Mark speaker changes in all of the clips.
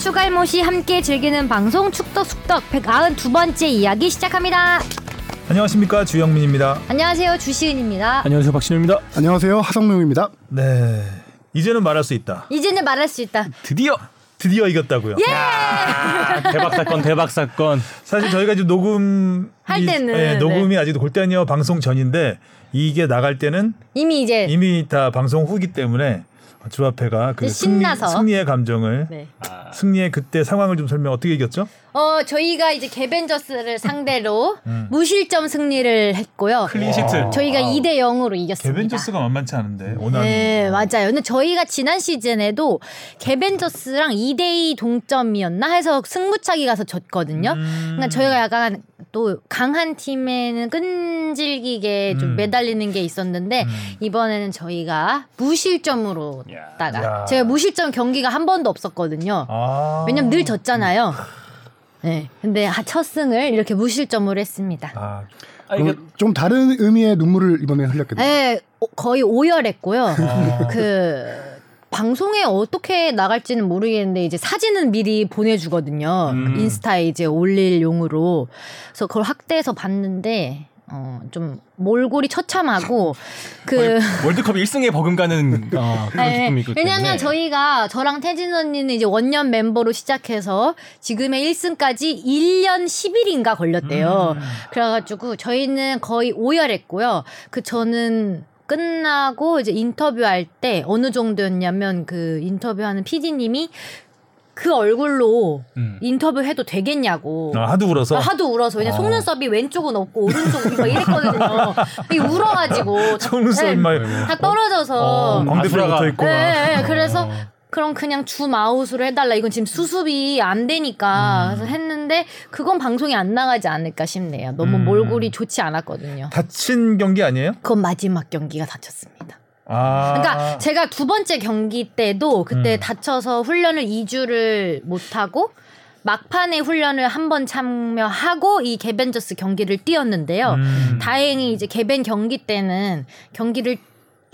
Speaker 1: 수갈못이 함께 즐기는 방송 축덕숙덕 192번째 이야기 시작합니다.
Speaker 2: 안녕하십니까 주영민입니다.
Speaker 1: 안녕하세요 주시은입니다.
Speaker 3: 안녕하세요 박신호입니다.
Speaker 4: 안녕하세요 하성룡입니다.
Speaker 2: 네 이제는 말할 수 있다.
Speaker 1: 이제는 말할 수 있다.
Speaker 3: 드디어
Speaker 2: 드디어 이겼다고요.
Speaker 1: 예!
Speaker 3: 대박 사건 대박 사건.
Speaker 2: 사실 저희가 지금 녹음
Speaker 1: 할 때는, 네.
Speaker 2: 예, 녹음이 아직도 골대녀 방송 전인데 이게 나갈 때는
Speaker 1: 이미 이제
Speaker 2: 이미 다 방송 후기 때문에 주합회가 그
Speaker 1: 이제 신나서.
Speaker 2: 승리, 의 감정을
Speaker 1: 네.
Speaker 2: 승리의 그때 상황을 좀 설명 어떻게 이겼죠?
Speaker 1: 어 저희가 이제 개벤져스를 상대로 무실점 승리를 했고요.
Speaker 2: 클린시트.
Speaker 1: 저희가 2대 0으로 이겼습니다.
Speaker 2: 개벤져스가 만만치 않은데 오늘
Speaker 1: 네, 맞아요. 근데 저희가 지난 시즌에도 개벤져스랑 2대2 동점이었나 해서 승부차기 가서 졌거든요. 그러니까 저희가 약간 또 강한 팀에는 끈질기게 좀
Speaker 2: 음.
Speaker 1: 매달리는 게 있었는데 이번에는 저희가 무실점으로
Speaker 3: 야.
Speaker 1: 다가
Speaker 2: 야.
Speaker 1: 제가 무실점 경기가 한 번도 없었거든요.
Speaker 2: 아.
Speaker 1: 왜냐면 늘 졌잖아요. 네, 근데 하- 첫 승을 이렇게 무실점으로 했습니다.
Speaker 2: 아,
Speaker 3: 아,
Speaker 4: 그럼
Speaker 3: 이게
Speaker 4: 좀 다른 의미의 눈물을 이번에 흘렸겠네요.
Speaker 1: 네, 오- 거의 오열했고요.
Speaker 2: 아.
Speaker 1: 그 방송에 어떻게 나갈지는 모르겠는데 이제 사진은 미리 보내주거든요.
Speaker 3: 음.
Speaker 1: 인스타에 이제 올릴 용으로. 그래서 그걸 확대해서 봤는데 어 좀 몰골이 처참하고 그
Speaker 3: 월드컵 1승에 버금가는 어,
Speaker 2: 아,
Speaker 3: 그런
Speaker 1: 네,
Speaker 3: 기쁨이 있기 때문에.
Speaker 1: 왜냐하면 저희가 저랑 태진 언니는 이제 원년 멤버로 시작해서 지금의 1승까지 1년 10일인가 걸렸대요.
Speaker 3: 음.
Speaker 1: 그래가지고 저희는 거의 오열했고요. 그 저는 끝나고 이제 인터뷰할 때 어느 정도였냐면 그 인터뷰하는 PD님이 그 얼굴로
Speaker 3: 음.
Speaker 1: 인터뷰해도 되겠냐고.
Speaker 2: 아, 하도 울어서
Speaker 1: 아, 하도 울어서 왜냐 속눈썹이 왼쪽은 없고 오른쪽은 막 이랬거든요. 이게 울어가지고 다-
Speaker 2: 속눈썹이
Speaker 1: 네,
Speaker 2: 막
Speaker 1: 다 떨어져서
Speaker 3: 어,
Speaker 2: 광대뼈
Speaker 3: 아수라가-
Speaker 2: 붙어 있고
Speaker 1: 예, 예, 그래서 그럼 그냥 주 마우스로 해달라. 이건 지금 수습이 안
Speaker 2: 음.
Speaker 1: 되니까 그래서 했는데 그건 방송이 안 나가지 않을까 싶네요. 너무
Speaker 2: 음.
Speaker 1: 몰골이 좋지 않았거든요.
Speaker 2: 다친 경기 아니에요?
Speaker 1: 그건 마지막 경기가 다쳤습니다.
Speaker 2: 아. 음.
Speaker 1: 그러니까 제가 두 번째 경기 때도 그때 다쳐서 훈련을 2주를 못 하고 막판에 훈련을 한 번 참여하고 이 개벤져스 경기를 뛰었는데요.
Speaker 2: 음.
Speaker 1: 어, 다행히 이제 개벤 경기 때는 경기를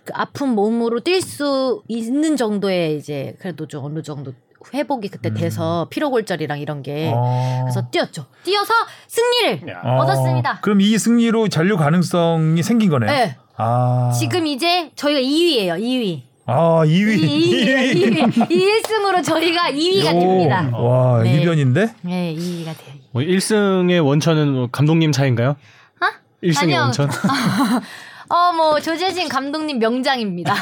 Speaker 1: 그 아픈 몸으로 뛸 수 있는 정도의 이제 그래도 좀 어느 정도 회복이 그때 돼서 피로골절이랑 이런 게
Speaker 2: 음. 어.
Speaker 1: 네. 그래서 뛰었죠. 뛰어서 승리를
Speaker 3: 야.
Speaker 2: 어,
Speaker 1: 얻었습니다.
Speaker 2: 그럼 이 승리로 잔류 가능성이 생긴 거네요.
Speaker 1: 네.
Speaker 2: 아
Speaker 1: 지금 이제 저희가 2위예요. 2위.
Speaker 2: 아 2위
Speaker 1: 2위. 2위. 1승으로 저희가 2위가 됩니다.
Speaker 2: 와
Speaker 1: 네.
Speaker 2: 이변인데
Speaker 1: 네, 2위가 돼요.
Speaker 3: 뭐 1승의 원천은 뭐 감독님 차인가요?
Speaker 1: 어?
Speaker 3: 1승의
Speaker 1: 아니요.
Speaker 3: 원천.
Speaker 1: 어, 뭐 조재진 감독님 명장입니다.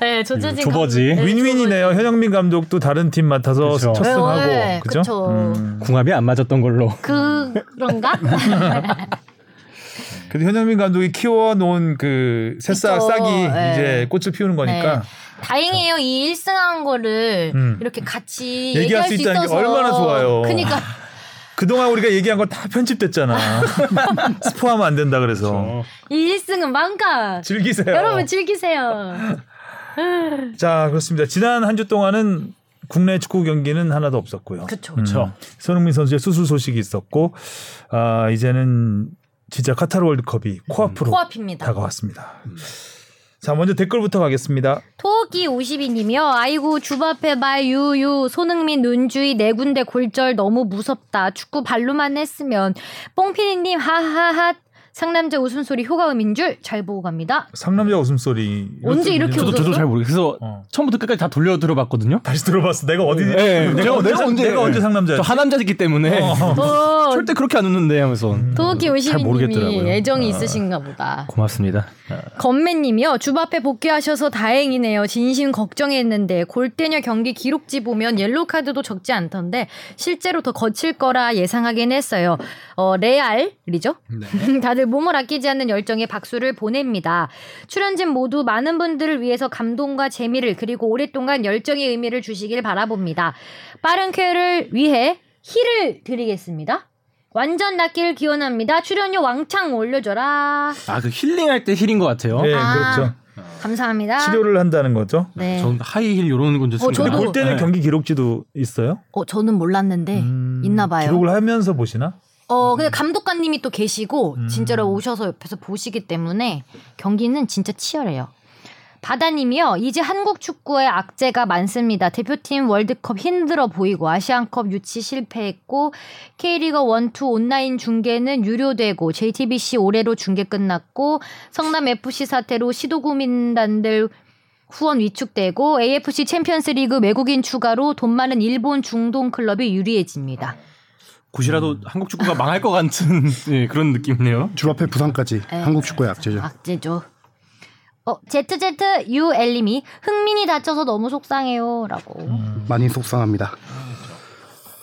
Speaker 1: 네, 조재진
Speaker 3: 조버지.
Speaker 1: 감독- 네,
Speaker 2: 윈윈이네요. 현영민 감독도 다른 팀 맡아서
Speaker 3: 그쵸.
Speaker 2: 첫승하고
Speaker 1: 네,
Speaker 2: 그죠?
Speaker 1: 그쵸.
Speaker 2: 음.
Speaker 3: 궁합이 안 맞았던 걸로.
Speaker 1: 그- 그런가? 그러니까.
Speaker 2: 근데 현영민 감독이 키워놓은 그 새싹
Speaker 1: 그쵸.
Speaker 2: 싹이
Speaker 1: 네.
Speaker 2: 이제 꽃을 피우는 거니까
Speaker 1: 네. 다행이에요. 이 1승한 거를
Speaker 2: 음.
Speaker 1: 이렇게 같이
Speaker 2: 얘기할
Speaker 1: 얘기할
Speaker 2: 수
Speaker 1: 수
Speaker 2: 있다는 게
Speaker 1: 있어서
Speaker 2: 얼마나 좋아요.
Speaker 1: 그러니까
Speaker 2: 그동안 우리가 얘기한 거 다 편집됐잖아. 스포하면 안 된다 그래서
Speaker 3: 어.
Speaker 1: 이 1승은 망가.
Speaker 2: 즐기세요.
Speaker 1: 그렇죠. 여러분 즐기세요.
Speaker 2: 자 그렇습니다. 지난 한 주 동안은 국내 축구 경기는 하나도 없었고요.
Speaker 1: 그쵸.
Speaker 3: 그쵸.
Speaker 2: 손흥민 선수의 수술 소식이 있었고 아 이제는 진짜 카타르 월드컵이
Speaker 1: 음.
Speaker 2: 코앞으로
Speaker 1: 코앞입니다.
Speaker 2: 다가왔습니다. 자 먼저 댓글부터 가겠습니다.
Speaker 1: 토끼 52님이요. 아이고 주바페 말 유유 손흥민 눈주의 네 군데 골절 너무 무섭다. 축구 발로만 했으면 뽕피디님 하하하 상남자 웃음소리 효과음인 줄 잘 보고 갑니다.
Speaker 2: 상남자 웃음소리
Speaker 1: 언제 이렇게
Speaker 2: 저도
Speaker 3: 저도 저도 잘 모르겠어요. 그래서
Speaker 2: 어.
Speaker 3: 처음부터 끝까지 다 돌려 들어봤거든요.
Speaker 2: 다시 들어봤어. 내가 어디
Speaker 3: 네,
Speaker 2: 내가,
Speaker 3: 제가
Speaker 2: 언제,
Speaker 3: 내가
Speaker 2: 상-
Speaker 3: 언제-
Speaker 2: 내가 언제 상남자였지?
Speaker 3: 저 하남자이기 때문에
Speaker 1: 어,
Speaker 3: 절대 그렇게 안 웃는데 하면서
Speaker 1: 토끼
Speaker 3: 음, 잘 모르겠더라고요. 아.
Speaker 1: 52님이 애정이 있으신가 보다.
Speaker 3: 고맙습니다.
Speaker 1: 건매님이요 주바페 복귀하셔서 다행이네요 진심 걱정했는데 골대녀 경기 기록지 보면 옐로 카드도 적지 않던데 실제로 더 거칠 거라 예상하긴 했어요 어 레알이죠
Speaker 4: 네.
Speaker 1: 다들 몸을 아끼지 않는 열정에 박수를 보냅니다 출연진 모두 많은 분들을 위해서 감동과 재미를 그리고 오랫동안 열정의 의미를 주시길 바라봅니다 빠른 쾌를 위해 힐을 드리겠습니다 완전 낫기를 기원합니다 출연료 왕창 올려줘라
Speaker 3: 아 그 힐링할 때 힐인 것 같아요.
Speaker 2: 네
Speaker 1: 아.
Speaker 2: 그렇죠.
Speaker 1: 감사합니다.
Speaker 2: 치료를 한다는 거죠.
Speaker 1: 네.
Speaker 3: 전 하이힐 요런 건줄
Speaker 1: 어, 저도-
Speaker 2: 볼 때는
Speaker 3: 네.
Speaker 2: 경기 기록지도 있어요.
Speaker 1: 어, 저는 몰랐는데
Speaker 2: 음,
Speaker 1: 있나 봐요.
Speaker 2: 기록을 하면서 보시나?
Speaker 1: 어, 근데 감독관님이 또 계시고
Speaker 2: 음.
Speaker 1: 진짜로 오셔서 옆에서 보시기 때문에 경기는 진짜 치열해요. 바다님이요. 이제 한국 축구에 악재가 많습니다. 대표팀 월드컵 힘들어 보이고 아시안컵 유치 실패했고 K리거 1, 2 온라인 중계는 유료되고 JTBC 올해로 중계 끝났고 성남 FC 사태로 시도 구민단들 후원 위축되고 AFC 챔피언스리그 외국인 추가로 돈 많은 일본 중동 클럽이 유리해집니다.
Speaker 3: 곧이라도 한국 축구가 망할 것 같은 예, 그런 느낌이네요.
Speaker 4: 주 앞에 부산까지 한국 축구의 악재죠.
Speaker 1: 아. 악재죠. 어, ZZUL님이 흥민이 다쳐서 너무 속상해요라고.
Speaker 4: 많이 속상합니다.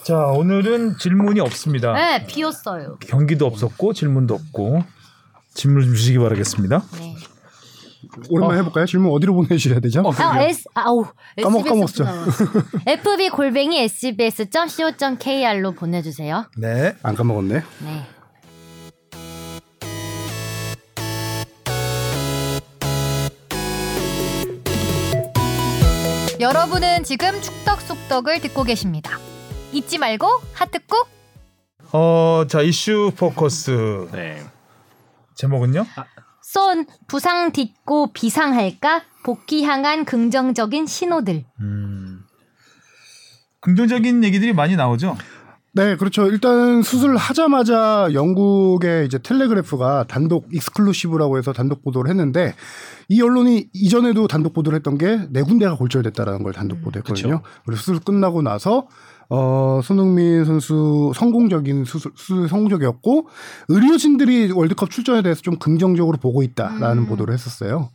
Speaker 2: 자 오늘은 질문이 없습니다.
Speaker 1: 네, 비었어요.
Speaker 2: 경기도 없었고 질문도 없고 질문 좀 주시기 바라겠습니다.
Speaker 1: 네.
Speaker 3: 아.
Speaker 4: 오랜만에 해볼까요? 질문 어디로 보내주셔야 되죠?
Speaker 1: 아, S 아우.
Speaker 4: 까먹- 까먹었죠.
Speaker 1: FB 골뱅이 sbs.co.kr로 보내 주세요.
Speaker 2: 네.
Speaker 4: 안 까먹었네.
Speaker 1: 네. 여러분은 지금 축덕 속덕을 듣고 계십니다. 잊지 말고 하트 꾹.
Speaker 2: 어자 이슈 포커스
Speaker 3: 네.
Speaker 2: 제목은요?
Speaker 1: 쏜 부상 딛고 비상할까? 복귀 향한 긍정적인 신호들.
Speaker 2: 음. 긍정적인 얘기들이 많이 나오죠.
Speaker 4: 네, 그렇죠. 일단 수술하자마자 영국의 이제 텔레그래프가 단독 익스클루시브라고 해서 단독 보도를 했는데 이 언론이 이전에도 단독 보도를 했던 게 네 군데가 골절됐다라는 걸
Speaker 1: 음,
Speaker 4: 단독 보도했거든요. 그리고 수술 끝나고 나서 어 손흥민 선수 성공적인 수술, 수술 성공적이었고 의료진들이 월드컵 출전에 대해서 좀 긍정적으로 보고 있다라는
Speaker 1: 음.
Speaker 4: 보도를 했었어요.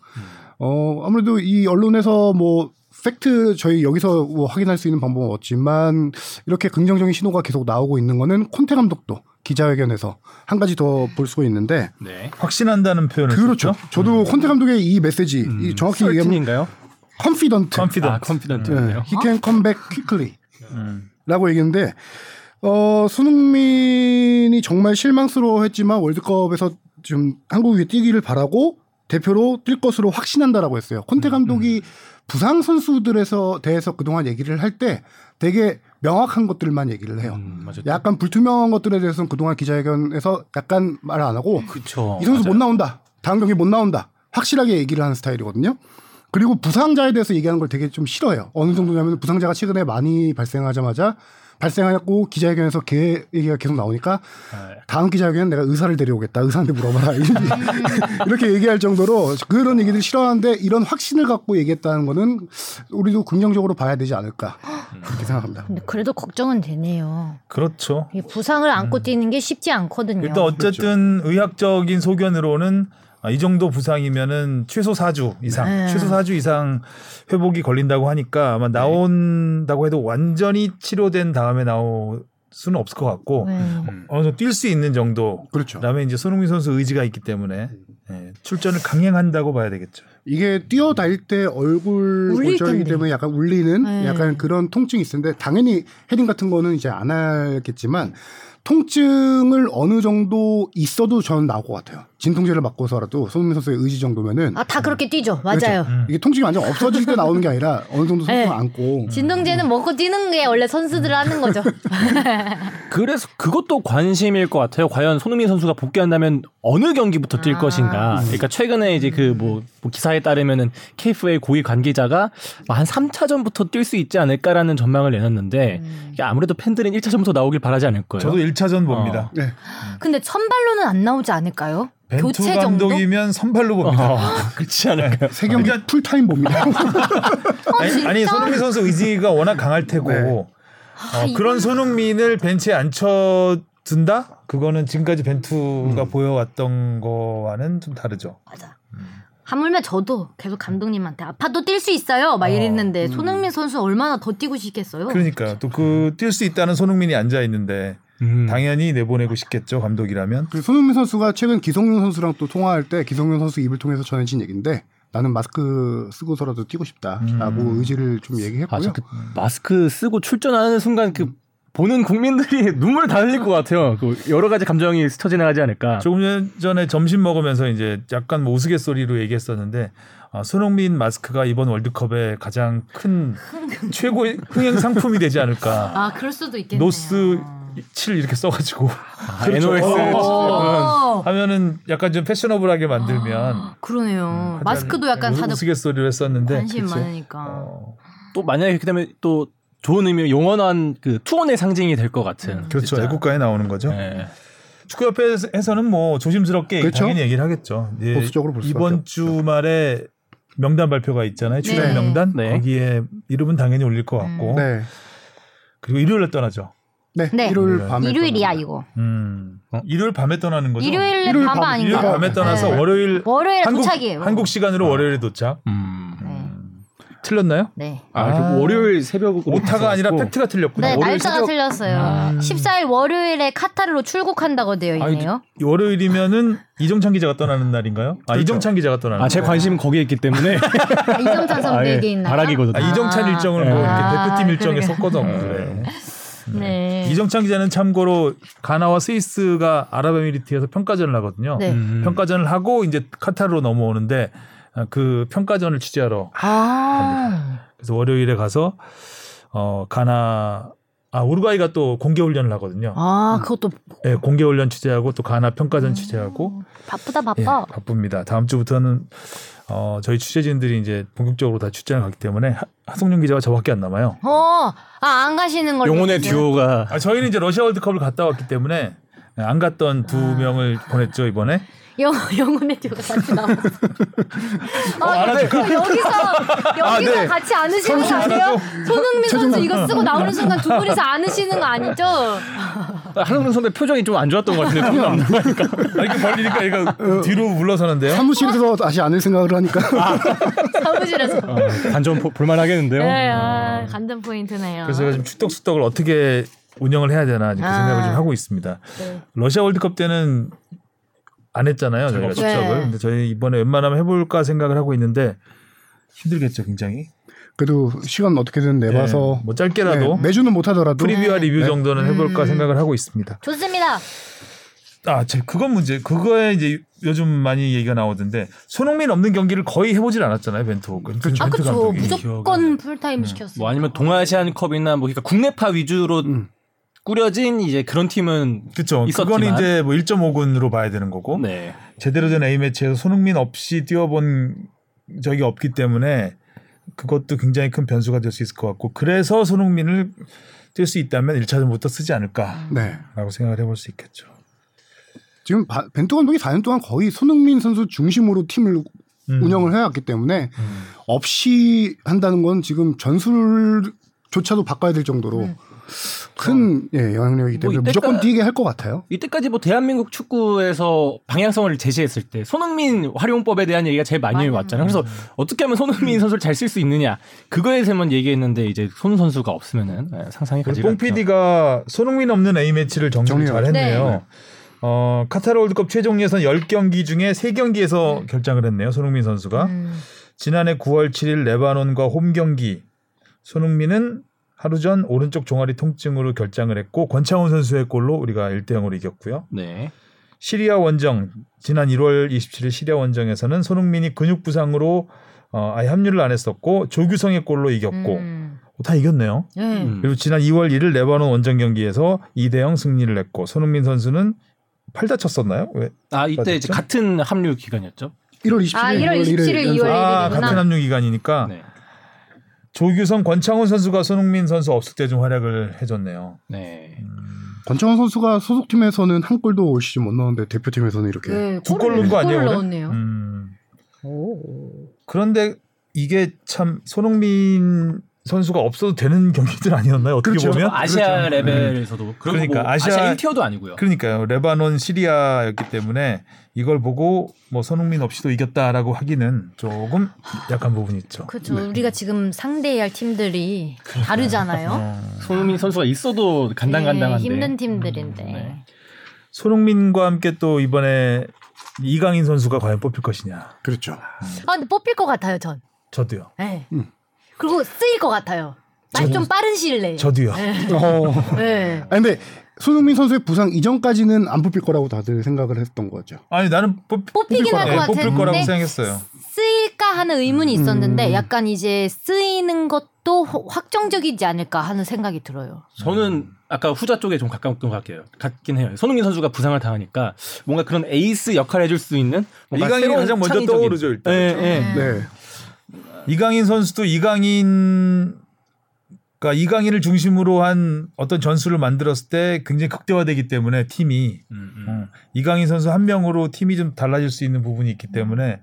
Speaker 4: 어, 아무래도 이 언론에서 뭐, 팩트 저희 여기서 뭐 확인할 수 있는 방법은 없지만 이렇게 긍정적인 신호가 계속 나오고 있는 거는 콘테 감독도 기자회견에서 한 가지 더 볼 수가 있는데
Speaker 3: 네.
Speaker 2: 확신한다는 표현을
Speaker 4: 그렇죠. 저도 콘테 감독의 이 메시지
Speaker 3: 음.
Speaker 4: 이 정확히 얘기하면
Speaker 3: 셀틴인가요?
Speaker 4: 컨피던트
Speaker 2: 컨피던.
Speaker 3: 아, 컨피던트네요.
Speaker 4: he can come back quickly
Speaker 2: 음.
Speaker 4: 라고 얘기했는데 어, 손흥민이 정말 실망스러워했지만 월드컵에서 지금 한국 위에 뛰기를 바라고 대표로 뛸 것으로 확신한다라고 했어요. 콘테 감독이 부상 선수들에서 대해서 그동안 얘기를 할 때 되게 명확한 것들만 얘기를 해요.
Speaker 3: 음, 맞아.
Speaker 4: 약간 불투명한 것들에 대해서는 그동안 기자회견에서 약간 말 안 하고
Speaker 3: 그쵸.
Speaker 4: 이 선수
Speaker 3: 음. 어, 맞아요.
Speaker 4: 못 나온다. 다음 경기 못 나온다. 확실하게 얘기를 하는 스타일이거든요. 그리고 부상자에 대해서 얘기하는 걸 되게 좀 싫어요. 어느 정도냐면 부상자가 최근에 많이 발생하자마자 발생하고 기자회견에서 걔 얘기가 계속 나오니까
Speaker 3: 네.
Speaker 4: 다음 기자회견 내가 의사를 데려오겠다. 의사한테 물어봐라. 이렇게 얘기할 정도로 그런 얘기들 싫어하는데 이런 확신을 갖고 얘기했다는 거는 우리도 긍정적으로 봐야 되지 않을까
Speaker 3: 음.
Speaker 4: 그렇게 생각합니다.
Speaker 1: 근데 그래도 걱정은 되네요.
Speaker 2: 그렇죠.
Speaker 1: 이게 부상을 안고
Speaker 4: 음.
Speaker 1: 뛰는 게 쉽지 않거든요.
Speaker 2: 일단 어쨌든
Speaker 3: 그렇죠.
Speaker 2: 의학적인 소견으로는 아, 이 정도 부상이면은 최소 4주 이상,
Speaker 1: 네.
Speaker 2: 최소 4주 이상 회복이 걸린다고 하니까 아마 나온다고 해도 완전히 치료된 다음에 나올 수는 없을 것 같고
Speaker 1: 네.
Speaker 2: 어느 정도 뛸 수 있는 정도.
Speaker 4: 그렇죠.
Speaker 2: 그다음에 이제 손흥민 선수 의지가 있기 때문에 예, 출전을 강행한다고 봐야 되겠죠.
Speaker 4: 이게 뛰어다닐 때 얼굴
Speaker 1: 울릴
Speaker 4: 골절이기
Speaker 1: 텐데.
Speaker 4: 때문에 약간 울리는
Speaker 1: 네.
Speaker 4: 약간 그런 통증이 있을 텐데 당연히 헤딩 같은 거는 이제 안 하겠지만 통증을 어느 정도 있어도 저는 나올 것 같아요. 진통제를 맞고서라도 손흥민 선수의 의지 정도면은
Speaker 1: 아, 다 그렇게 뛰죠. 맞아요.
Speaker 2: 음.
Speaker 4: 이게 통증이 완전 없어질 때 나오는 게 아니라 어느 정도 손을
Speaker 1: 네.
Speaker 4: 안고
Speaker 1: 진동제는 먹고 뛰는 게 원래 선수들 하는 거죠.
Speaker 3: 그래서 그것도 관심일 것 같아요. 과연 손흥민 선수가 복귀한다면 어느 경기부터 뛸
Speaker 1: 아.
Speaker 3: 것인가. 그러니까 최근에 이제 그 뭐 기사에 따르면은 KFA 고위 관계자가 뭐한 3차전부터 뛸 수 있지 않을까라는 전망을 내놨는데 이게 아무래도 팬들은 1차전부터 나오길 바라지 않을 거예요. 어.
Speaker 2: 저도 1차전 봅니다.
Speaker 4: 네.
Speaker 1: 근데 선발로는 안 나오지 않을까요?
Speaker 2: 벤투
Speaker 1: 교체 정도?
Speaker 2: 감독이면 선발로 봅니다.
Speaker 3: 어, 아, 그렇지 않을까요?
Speaker 2: 네.
Speaker 4: 세 경기
Speaker 3: 그러니까
Speaker 4: 풀타임 봅니다.
Speaker 1: 어,
Speaker 2: 아니, 아니 손흥민 선수 의지가 워낙 강할 테고
Speaker 4: 네.
Speaker 2: 어,
Speaker 1: 아, 이거-
Speaker 2: 그런 손흥민을 벤치에 앉혀둔다? 그거는 지금까지 벤투가 보여왔던 거와는 좀 다르죠.
Speaker 1: 맞아. 하물며 저도 계속 감독님한테 아파도 뛸 수 있어요. 막 이랬는데 손흥민 선수 얼마나 더 뛰고 싶겠어요.
Speaker 2: 음.
Speaker 1: 그렇죠.
Speaker 2: 그러니까 또 그 뛸 수 있다는 손흥민이 앉아 있는데
Speaker 3: 음.
Speaker 2: 당연히 내보내고 싶겠죠 감독이라면.
Speaker 4: 그리고 손흥민 선수가 최근 기성용 선수랑 또 통화할 때 기성용 선수 입을 통해서 전해진 얘기인데 나는 마스크 쓰고서라도 뛰고 싶다라고 의지를 좀 얘기했고요.
Speaker 3: 음. 아, 저그
Speaker 2: 음.
Speaker 3: 마스크 쓰고 출전하는 순간 그 보는 국민들이 눈물 다 흘릴 것 같아요. 그 여러 가지 감정이 스쳐 지나가지 않을까.
Speaker 2: 조금 전- 전에 점심 먹으면서 이제 약간 뭐 우스갯소리로 얘기했었는데 아, 손흥민 마스크가 이번 월드컵에 가장 큰 최고의 흥행 상품이 되지 않을까.
Speaker 1: 아 그럴 수도 있겠네요.
Speaker 2: 노스 7 이렇게 써가지고
Speaker 3: 아,
Speaker 2: 그렇죠.
Speaker 3: NOX
Speaker 1: 오.
Speaker 2: 하면은 약간 좀 패셔너블하게
Speaker 1: 아.
Speaker 2: 만들면
Speaker 1: 그러네요.
Speaker 2: 하지
Speaker 1: 마스크도
Speaker 2: 않-
Speaker 1: 약간 다들
Speaker 2: 음, 우스갯소리로 했었는데
Speaker 1: 관심
Speaker 2: 그치?
Speaker 1: 많으니까.
Speaker 2: 어,
Speaker 3: 또 만약에 그렇게 되면 또 좋은 의미 영원한 그 투혼의 상징이 될 것 같은.
Speaker 2: 그렇죠
Speaker 3: 진짜.
Speaker 2: 애국가에 나오는 거죠.
Speaker 3: 예.
Speaker 2: 축구협회에서는 뭐 조심스럽게
Speaker 4: 네. 그렇죠.
Speaker 2: 당연히 얘기를 하겠죠. 예,
Speaker 4: 보수적으로 볼 수밖에
Speaker 2: 이번
Speaker 4: 없죠.
Speaker 2: 주말에 명단 발표가 있잖아요. 출연
Speaker 1: 네.
Speaker 2: 명단
Speaker 3: 네.
Speaker 2: 거기에 이름은 당연히 올릴 것 같고
Speaker 4: 네.
Speaker 2: 그리고 일요일에 떠나죠.
Speaker 4: 네.
Speaker 1: 네.
Speaker 4: 일요일 밤에
Speaker 1: 일요일이야
Speaker 4: 떠납니다.
Speaker 1: 이거.
Speaker 2: 음.
Speaker 3: 어?
Speaker 2: 일요일 밤에 떠나는 거죠.
Speaker 1: 일요일
Speaker 4: 일요일
Speaker 1: 밤
Speaker 4: 밤-
Speaker 2: 일요일
Speaker 1: 아닌가?
Speaker 4: 일요일
Speaker 2: 밤에 떠나서
Speaker 1: 네.
Speaker 2: 월요일
Speaker 1: 월요일
Speaker 2: 한국,
Speaker 1: 도착이에요.
Speaker 2: 한국 시간으로 월요일에 도착.
Speaker 3: 음.
Speaker 1: 네.
Speaker 2: 어. 틀렸나요?
Speaker 1: 네.
Speaker 3: 아,
Speaker 2: 아.
Speaker 3: 결국 월요일 새벽으로
Speaker 2: 오타가 아니라
Speaker 3: 갔었고.
Speaker 2: 팩트가 틀렸구나.
Speaker 1: 네,
Speaker 2: 월요일
Speaker 1: 날짜가
Speaker 2: 새벽-
Speaker 1: 틀렸어요.
Speaker 2: 음.
Speaker 1: 14일 월요일에 카타르로 출국한다고 되어
Speaker 3: 아니,
Speaker 1: 있네요.
Speaker 2: 월요일이면은 이정찬 기자가 떠나는 날인가요? 아 이정찬 기자가 떠나는.
Speaker 3: 아, 제
Speaker 2: 날.
Speaker 3: 관심은 거기에 있기 때문에
Speaker 1: 아, 이정찬
Speaker 3: 아, 예.
Speaker 1: 선배에게 있나요?
Speaker 3: 바라기거든요.
Speaker 2: 아, 이정찬
Speaker 1: 아.
Speaker 2: 일정을 뭐
Speaker 1: 아,
Speaker 2: 이렇게 대표팀 일정에
Speaker 1: 그러게.
Speaker 2: 섞어서 그래.
Speaker 1: 네.
Speaker 2: 이정찬 기자는 참고로 가나와 스위스가 아랍에미리트에서 평가전을 하거든요.
Speaker 1: 네.
Speaker 3: 음.
Speaker 2: 평가전을 하고 이제 카타르로 넘어오는데 아, 그 평가전을 취재하러
Speaker 1: 아.
Speaker 2: 그래서 월요일에 가서 어 가나 아 우루과이가 또 공개 훈련을 하거든요.
Speaker 1: 아, 음. 그것도
Speaker 2: 예, 공개 훈련 취재하고 또 가나 평가전 취재하고
Speaker 1: 바쁘다
Speaker 2: 예,
Speaker 1: 바빠.
Speaker 2: 바쁩니다. 다음 주부터는 어, 저희 취재진들이 이제 본격적으로 다 출장을 가기 때문에 하, 하성룡 기자와 저밖에 안 남아요.
Speaker 1: 어, 아, 안 가시는 걸로.
Speaker 3: 영혼의
Speaker 1: 했어요?
Speaker 3: 듀오가
Speaker 2: 아, 저희는 이제 러시아 월드컵을 갔다 왔기 때문에 안 갔던 두
Speaker 1: 아.
Speaker 2: 명을 보냈죠 이번에.
Speaker 1: 영, 영혼의 듀오가 같이 나왔어. 아,
Speaker 2: 알아줘.
Speaker 1: 여기서, 여기서
Speaker 2: 아, 네.
Speaker 1: 같이 안으시는 거 아니에요? 손흥민 선수 이거 쓰고 나오는 순간 두 분이서 안으시는 거 아니죠?
Speaker 3: 아, 한웅 선배 표정이 좀 안 좋았던 것 같은데 표정 안 좋아.
Speaker 2: 아, 이렇게 벌리니까 얘가 뒤로 물러서는데요.
Speaker 4: 사무실에서 다시 안을 생각을 하니까
Speaker 2: 아.
Speaker 1: 사무실에서.
Speaker 3: 어. 반전 보- 볼만하겠는데요.
Speaker 1: 네, 아, 간단 포인트네요.
Speaker 2: 그래서 제가 지금 축덕수덕을 어떻게 운영을 해야 되나 이제 그
Speaker 1: 아.
Speaker 2: 생각을 좀 하고 있습니다.
Speaker 1: 네.
Speaker 2: 러시아 월드컵 때는 안 했잖아요. 저희가
Speaker 3: 없었죠.
Speaker 2: 축덕을.
Speaker 1: 네.
Speaker 2: 근데 저희 이번에 웬만하면 해볼까 생각을 하고 있는데 힘들겠죠,
Speaker 1: 네.
Speaker 2: 굉장히.
Speaker 4: 그래도 시간 어떻게든 내봐서
Speaker 2: 네, 뭐 짧게라도
Speaker 4: 네, 매주는 못하더라도
Speaker 2: 프리뷰와 리뷰 정도는
Speaker 1: 음.
Speaker 2: 해볼까 생각을 하고 있습니다.
Speaker 1: 좋습니다.
Speaker 2: 아, 제 그건 문제. 그거에 이제 요즘 많이 얘기가 나오던데 손흥민 없는 경기를 거의 해보질 않았잖아요, 벤투. 그
Speaker 4: 그쵸.
Speaker 1: 아, 그쵸.
Speaker 2: 감독이.
Speaker 1: 무조건 풀타임 시켰어요.
Speaker 3: 뭐 아니면 동아시안컵이나 뭐 그러니까 국내파 위주로
Speaker 2: 음.
Speaker 3: 꾸려진 이제 그런 팀은
Speaker 2: 그쵸.
Speaker 3: 있었지만.
Speaker 2: 그건 이제 뭐 1.5군으로 봐야 되는 거고
Speaker 3: 네.
Speaker 2: 제대로 된 A 매치에서 손흥민 없이 뛰어본 적이 없기 때문에 그것도 굉장히 큰 변수가 될 수 있을 것 같고 그래서 손흥민을 뛸 수 있다면 1차전부터 쓰지 않을까라고
Speaker 4: 네.
Speaker 2: 생각을 해볼 수 있겠죠.
Speaker 4: 지금 바- 벤투 감독이 4년 동안 거의 손흥민 선수 중심으로 팀을
Speaker 2: 음.
Speaker 4: 운영을 해왔기 때문에 없이 한다는 건 지금 전술조차도 바꿔야 될 정도로
Speaker 1: 네.
Speaker 4: 큰
Speaker 2: 아.
Speaker 4: 예, 영향력이기 때문에
Speaker 3: 뭐 이때까-
Speaker 4: 무조건 뛰게 할 것 같아요.
Speaker 3: 이때까지 뭐 대한민국 축구에서 방향성을 제시했을 때 손흥민 활용법에 대한 얘기가 제일 많이
Speaker 1: 많이
Speaker 3: 왔잖아요. 그래서 어떻게 하면 손흥민 선수를 잘 쓸 수 있느냐 그거에서만 얘기했는데 이제 손 선수가 없으면은 예, 상상이 가지
Speaker 2: 뽕 PD가 손흥민 없는 A 매치를 정리를
Speaker 4: 정리해요.
Speaker 2: 잘 했네요.
Speaker 1: 네.
Speaker 2: 어, 카타르 월드컵 최종 예선 10경기 중에 3경기에서 결장을 했네요. 손흥민 선수가.
Speaker 1: 음.
Speaker 2: 지난해 9월 7일 레바논과 홈 경기 손흥민은 하루 전 오른쪽 종아리 통증으로 결장을 했고 권창훈 선수의 골로 우리가 1대 0으로 이겼고요.
Speaker 3: 네.
Speaker 2: 시리아 원정 지난 1월 27일 시리아 원정에서는 손흥민이 근육 부상으로 어, 아예 합류를 안 했었고 조규성의 골로 이겼고
Speaker 1: 음.
Speaker 2: 다 이겼네요.
Speaker 1: 네.
Speaker 3: 음.
Speaker 2: 그리고 지난 2월 1일 레바논 원정 경기에서 2대 0 승리를 냈고 손흥민 선수는 팔 다쳤었나요? 왜?
Speaker 3: 아 이때 이제
Speaker 2: 맞았죠?
Speaker 3: 같은 합류 기간이었죠.
Speaker 4: 1월 27일,
Speaker 1: 아, 1월 27일,
Speaker 4: 연속.
Speaker 1: 2월
Speaker 2: 아,
Speaker 1: 일일이구나.
Speaker 2: 같은 합류 기간이니까
Speaker 3: 네.
Speaker 2: 조규성, 권창훈 선수가 손흥민 선수 없을 때 좀 활약을 해줬네요.
Speaker 3: 네.
Speaker 2: 음.
Speaker 4: 권창훈 선수가 소속팀에서는 한 골도 올 시즌 못 넣었는데 대표팀에서는 이렇게
Speaker 1: 네,
Speaker 2: 두 골
Speaker 1: 골을-
Speaker 2: 넣은 거 아니에요?
Speaker 1: 골을
Speaker 2: 오늘?
Speaker 1: 넣었네요.
Speaker 2: 음.
Speaker 1: 오.
Speaker 2: 그런데 이게 참 손흥민 선수가 없어도 되는 경기들 아니었나요? 어떻게
Speaker 4: 그렇죠.
Speaker 2: 보면
Speaker 3: 뭐 아시아 레벨에서도 그리고
Speaker 2: 그러니까
Speaker 3: 뭐 아시아,
Speaker 2: 아시아
Speaker 3: 1티어도 아니고요.
Speaker 2: 그러니까요. 레바논, 시리아였기 때문에 이걸 보고 뭐 손흥민 없이도 이겼다라고 하기는 조금 약한 부분이 있죠.
Speaker 1: 그렇죠. 우리가 지금 상대해야 할 팀들이 다르잖아요.
Speaker 2: 어.
Speaker 3: 손흥민 선수가 있어도 간당간당한데.
Speaker 1: 네, 힘든 팀들인데.
Speaker 3: 네.
Speaker 2: 손흥민과 함께 또 이번에 이강인 선수가 과연 뽑힐 것이냐.
Speaker 4: 그렇죠.
Speaker 1: 아, 근데 뽑힐 것 같아요, 전.
Speaker 2: 저도요.
Speaker 1: 네.
Speaker 4: 음.
Speaker 1: 그리고 쓰일 것 같아요. 빨-
Speaker 2: 저도-
Speaker 1: 좀 빠른 시일 내에.
Speaker 2: 저도요. 어.
Speaker 1: 네.
Speaker 4: 아 근데 손흥민 선수의 부상 이전까지는 안 뽑힐 거라고 다들 생각을 했던 거죠.
Speaker 2: 아니 나는 뽑,
Speaker 1: 뽑히긴
Speaker 2: 거라-
Speaker 1: 할것
Speaker 2: 예, 뽑힐
Speaker 1: 같은데.
Speaker 2: 거라고 생각했어요.
Speaker 1: 쓰일까 하는 의문이 있었는데 약간 이제 쓰이는 것도
Speaker 5: 또 호- 확정적이지 않을까 하는 생각이 들어요.
Speaker 3: 저는
Speaker 2: 음.
Speaker 3: 아까 후자 쪽에 좀 가까운 것 같아요. 같긴 해요. 손흥민 선수가 부상을 당하니까 뭔가 그런 에이스 역할을 해줄 수 있는 뭔가
Speaker 2: 이강인이
Speaker 3: 새로운
Speaker 2: 가장 먼저
Speaker 3: 창의적인-
Speaker 2: 떠오르죠, 일단. 그렇죠?
Speaker 3: 예, 예.
Speaker 4: 네.
Speaker 2: 이강인 선수도 이강인 그러니까 이강인을 중심으로 한 어떤 전술을 만들었을 때 굉장히 극대화되기 때문에 팀이
Speaker 3: 음, 음.
Speaker 2: 어, 이강인 선수 한 명으로 팀이 좀 달라질 수 있는 부분이 있기 때문에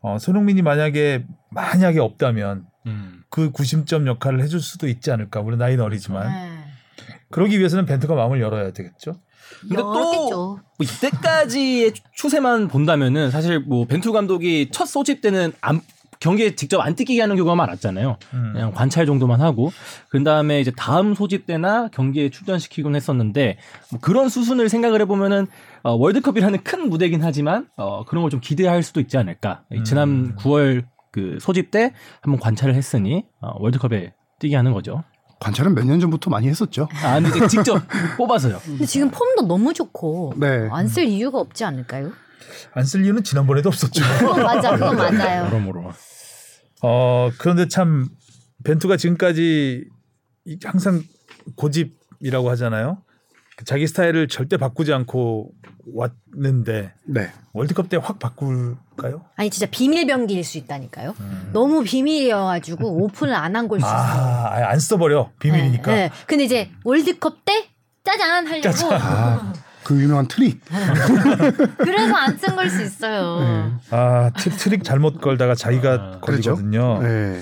Speaker 2: 어, 손흥민이 만약에 만약에 없다면
Speaker 3: 음.
Speaker 2: 그 구심점 역할을 해줄 수도 있지 않을까 물론 나이는 어리지만
Speaker 5: 네.
Speaker 1: 예.
Speaker 2: 그러기 위해서는 벤투가 마음을 열어야 되겠죠
Speaker 3: 근데 또
Speaker 5: 열었겠죠.
Speaker 3: 뭐 이때까지의 추- 추세만 본다면은 사실 뭐 벤투 감독이 첫 소집 때는 안- 경기에 직접 안 뛰게 하는 경우가 많았잖아요.
Speaker 2: 음.
Speaker 3: 그냥 관찰 정도만 하고 그 다음에 이제 다음 소집 때나 경기에 출전시키곤 했었는데 뭐 그런 수순을 생각을 해보면은 어, 월드컵이라는 큰 무대긴 하지만 어, 그런 걸 좀 기대할 수도 있지 않을까 이 지난 9월 그 소집 때 한번 관찰을 했으니 어, 월드컵에 뛰게 하는 거죠.
Speaker 4: 관찰은 몇 년 전부터 많이 했었죠.
Speaker 3: 아 근데 이제 직접 뽑아서요.
Speaker 1: 네.
Speaker 5: 근데 지금 폼도 너무 좋고
Speaker 4: 네.
Speaker 5: 안 쓸 이유가 없지 않을까요?
Speaker 2: 안 쓸 이유는 지난번에도 없었죠
Speaker 5: 그건 맞아, 그건 맞아요.
Speaker 3: 여러모로.
Speaker 2: 어 그런데 참 벤투가 지금까지 이- 항상 고집이라고 하잖아요. 그 자기 스타일을 절대 바꾸지 않고 왔는데
Speaker 4: 네.
Speaker 2: 월드컵 때 확 바꿀까요?
Speaker 5: 아니 진짜 비밀 병기일 수 있다니까요. 너무 비밀이어가지고 오픈을 안 한 걸 수 있어요.
Speaker 2: 음. 아, 아예 안 써버려 비밀이니까.
Speaker 5: 네, 네. 근데 이제 월드컵 때 짜잔 하려고
Speaker 4: 아, 그 유명한 트릭.
Speaker 5: 그래서 안 쓴 걸 수 있어요.
Speaker 2: 아 트, 트릭 잘못 걸다가 자기가 걸리거든요.
Speaker 4: 네.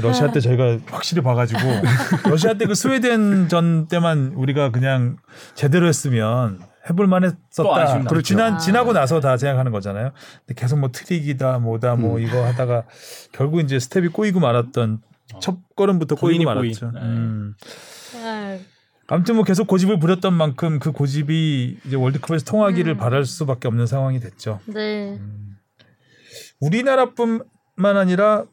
Speaker 2: 러시아 때 저희가 확실히 봐가지고 러시아 때 그 스웨덴 전 때만 우리가 그냥 제대로 했으면 해볼
Speaker 3: 또
Speaker 2: 만했었다.
Speaker 3: 아쉽나.
Speaker 2: 그리고 지난
Speaker 5: 아.
Speaker 2: 지나고 나서 다 생각하는 거잖아요. 근데 계속 뭐 트릭이다 뭐다 뭐 이거 하다가 결국 이제 스텝이 꼬이고 말았던 첫 걸음부터 어. 꼬이고
Speaker 3: 고인이
Speaker 2: 말았죠.
Speaker 3: 꼬인.
Speaker 2: 음.
Speaker 5: 네.
Speaker 2: 아무튼 뭐 계속 고집을 부렸던 만큼 그 고집이 이제 월드컵에서
Speaker 1: 음.
Speaker 2: 통하기를 바랄 수밖에 없는 상황이 됐죠.
Speaker 5: 네.
Speaker 2: 우리나라뿐만 아니라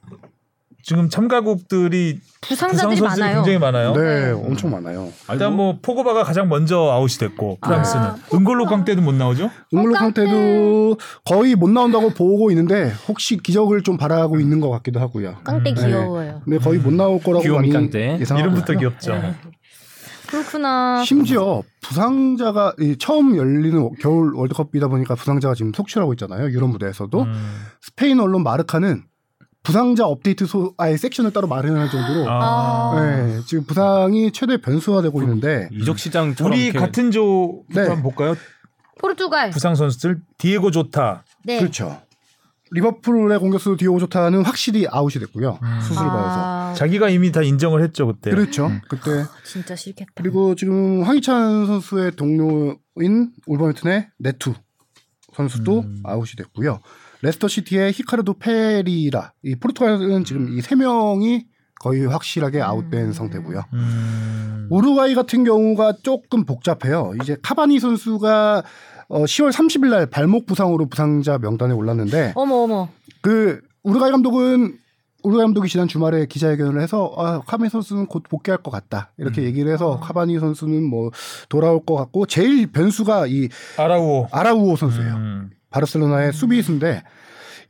Speaker 2: 지금 참가국들이 그 부상
Speaker 1: 부상자들이
Speaker 2: 선수들이
Speaker 1: 많아요.
Speaker 2: 굉장히 많아요.
Speaker 4: 네, 엄청 많아요.
Speaker 2: 일단 뭐 포고바가 가장 먼저 아웃이 됐고 프랑스는 은골로강 때도 못 나오죠?
Speaker 4: 응글록 상태도 거의 못 나온다고 보고 있는데 혹시 기적을 좀 바라고 있는 것 같기도 하고요.
Speaker 2: 음,
Speaker 5: 깡때
Speaker 4: 네.
Speaker 5: 귀여워요.
Speaker 4: 근데 거의 못 나올 거라고
Speaker 3: 귀요미
Speaker 4: 많이
Speaker 3: 깡대.
Speaker 4: 예상하고
Speaker 2: 이름부터
Speaker 4: 있고요.
Speaker 2: 귀엽죠.
Speaker 1: 아, 그렇구나.
Speaker 4: 심지어 부상자가 이 처음 열리는 겨울 월드컵이다 보니까 부상자가 지금 속출하고 있잖아요. 유럽 무대에서도
Speaker 2: 음.
Speaker 4: 스페인 언론 마르카는 부상자 업데이트 소 아예 섹션을 따로 마련할 정도로
Speaker 2: 아.
Speaker 4: 네, 지금 부상이 최대 변수가 되고 있는데
Speaker 3: 이적 시장
Speaker 2: 우리 같은 조
Speaker 4: 네.
Speaker 2: 한번 볼까요?
Speaker 1: 포르투갈.
Speaker 2: 부상 선수들 디에고 조타
Speaker 1: 예.
Speaker 5: 네.
Speaker 4: 그렇죠. 리버풀의 공격수 디오고 조타는 확실히 아웃이 됐고요. 수술 받아서.
Speaker 5: 아,
Speaker 2: 자기가 이미 다 인정을 했죠 그때.
Speaker 4: 그렇죠. 그때
Speaker 5: 진짜 싫겠다.
Speaker 4: 그리고 지금 황희찬 선수의 동료인 울버햄튼의 네투 선수도 아웃이 됐고요. 레스터 시티의 히카르도 페리라 이 포르투갈은 지금 이 세 명이 거의 확실하게 아웃된 상태고요.
Speaker 2: 음.
Speaker 4: 우루과이 같은 경우가 조금 복잡해요. 이제 카바니 선수가 어, 10월 30일 날 발목 부상으로 부상자 명단에 올랐는데
Speaker 1: 어머 어머.
Speaker 4: 그 우루과이 감독은 우루과이 감독이 지난 주말에 기자회견을 해서 아, 카바니 선수는 곧 복귀할 것 같다 이렇게 얘기를 해서 카바니 선수는 뭐 돌아올 것 같고 제일 변수가 이
Speaker 2: 아라우오.
Speaker 4: 아라우오 선수예요.
Speaker 2: 음.
Speaker 4: 바르셀로나의 수비수인데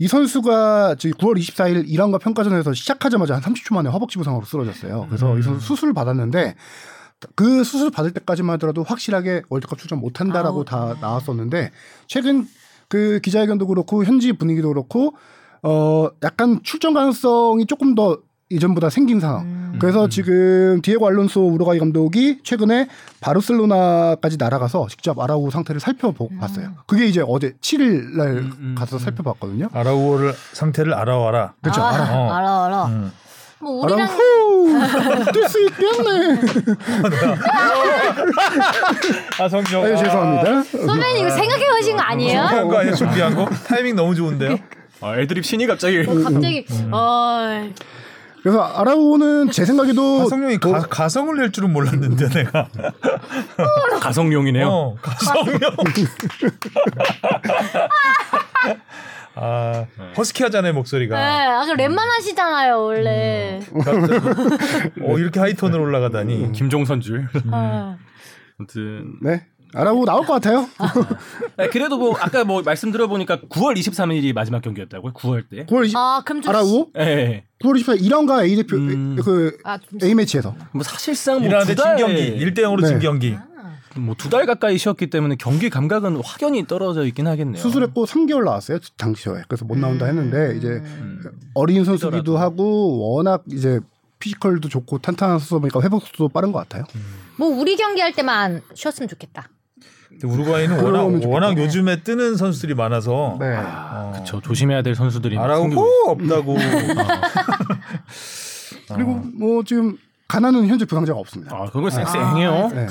Speaker 4: 이 선수가 지금 9월 24일 이란과 평가전에서 시작하자마자 한 30초 만에 허벅지 부상으로 쓰러졌어요. 그래서 이 선수 수술을 받았는데 그 수술 받을 때까지만 하더라도 확실하게 월드컵 출전 못 한다라고
Speaker 5: 아우.
Speaker 4: 다 나왔었는데 최근 그 기자회견도 그렇고 현지 분위기도 그렇고 어 약간 출전 가능성이 조금 더 이전보다 생긴
Speaker 2: 아,
Speaker 4: 상황.
Speaker 1: 음.
Speaker 5: 음.
Speaker 3: 음,
Speaker 4: 그래서 지금 디에고 알론소 우루과이 감독이 최근에 바르셀로나까지 날아가서 직접 아라우 상태를 살펴봤어요.
Speaker 5: 음.
Speaker 4: 그게 이제 어제 7일 날
Speaker 3: 음, 음,
Speaker 4: 가서 살펴봤거든요.
Speaker 2: 아라우오를 상태를 알아와라.
Speaker 4: 그렇죠.
Speaker 5: 아,
Speaker 4: 아라우.
Speaker 2: 어.
Speaker 5: 알아, 알아.
Speaker 2: 음.
Speaker 5: 뭐
Speaker 4: 아라우
Speaker 5: 우리랑
Speaker 4: 뛸수 있겠네.
Speaker 2: 아 성적.
Speaker 4: 아유, 네, 죄송합니다.
Speaker 5: 선배님 이거 생각해 보신 거 아니에요?
Speaker 2: 준비한 거 아니야? 준비한 거? 타이밍 너무 좋은데요?
Speaker 3: 아, 애드립 신이 갑자기
Speaker 5: 뭐 갑자기
Speaker 2: 음.
Speaker 5: 어.
Speaker 4: 그래서 아라우는 제 생각에도
Speaker 2: 가성용이 가, 가성을 낼 줄은 몰랐는데 내가.
Speaker 3: 가성용이네요.
Speaker 2: 어, 가성용. 아, 허스키하잖아요,
Speaker 5: 네,
Speaker 2: 목소리가.
Speaker 5: 아까 랩만 하시잖아요 원래.
Speaker 1: 네.
Speaker 2: 네. 어, 이렇게 하이톤으로 올라가다니.
Speaker 3: 음. 김종선 줄.
Speaker 5: 아,
Speaker 3: 아무튼
Speaker 4: 네. 알아보고 나올 것 같아요.
Speaker 3: 아니, 그래도 뭐 아까 뭐 말씀 들어보니까 9월 23일이 마지막 경기였다고요. 9월 때.
Speaker 4: 9월 20,
Speaker 5: 아 그럼 좀
Speaker 4: 알아보고
Speaker 3: 예, 예.
Speaker 4: 9월 24일 이란과 A 대표
Speaker 3: 음.
Speaker 4: 그
Speaker 5: 아, 좀-
Speaker 4: A 매치에서
Speaker 3: 뭐 사실상
Speaker 2: 이란한테 진 경기
Speaker 3: 뭐두달뭐두
Speaker 2: 1대
Speaker 3: 달
Speaker 2: 0으로 진
Speaker 4: 네.
Speaker 2: 경기.
Speaker 3: 가까이 쉬었기 때문에 경기 감각은 확연히 떨어져 있긴 하겠네요.
Speaker 4: 수술했고 3개월 나왔어요 당시에 그래서 못 나온다 했는데 이제 어린 선수기도 하고 워낙 이제 피지컬도 좋고 탄탄한 선수 보니까 회복 속도 빠른 것 같아요.
Speaker 5: 뭐 우리 경기 할 때만 쉬었으면 좋겠다.
Speaker 2: 근데 우루과이는 워낙
Speaker 4: 그러면 좋겠다.
Speaker 2: 워낙 요즘에 뜨는 선수들이 많아서
Speaker 4: 네.
Speaker 2: 어,
Speaker 3: 저 조심해야 될 선수들이 막
Speaker 2: 아라우코
Speaker 3: 생기고
Speaker 2: 없다고.
Speaker 4: 그리고 뭐 지금 가나는 현재 부상자가 없습니다.
Speaker 3: 아, 그건 쌩쌩해요.
Speaker 4: 네.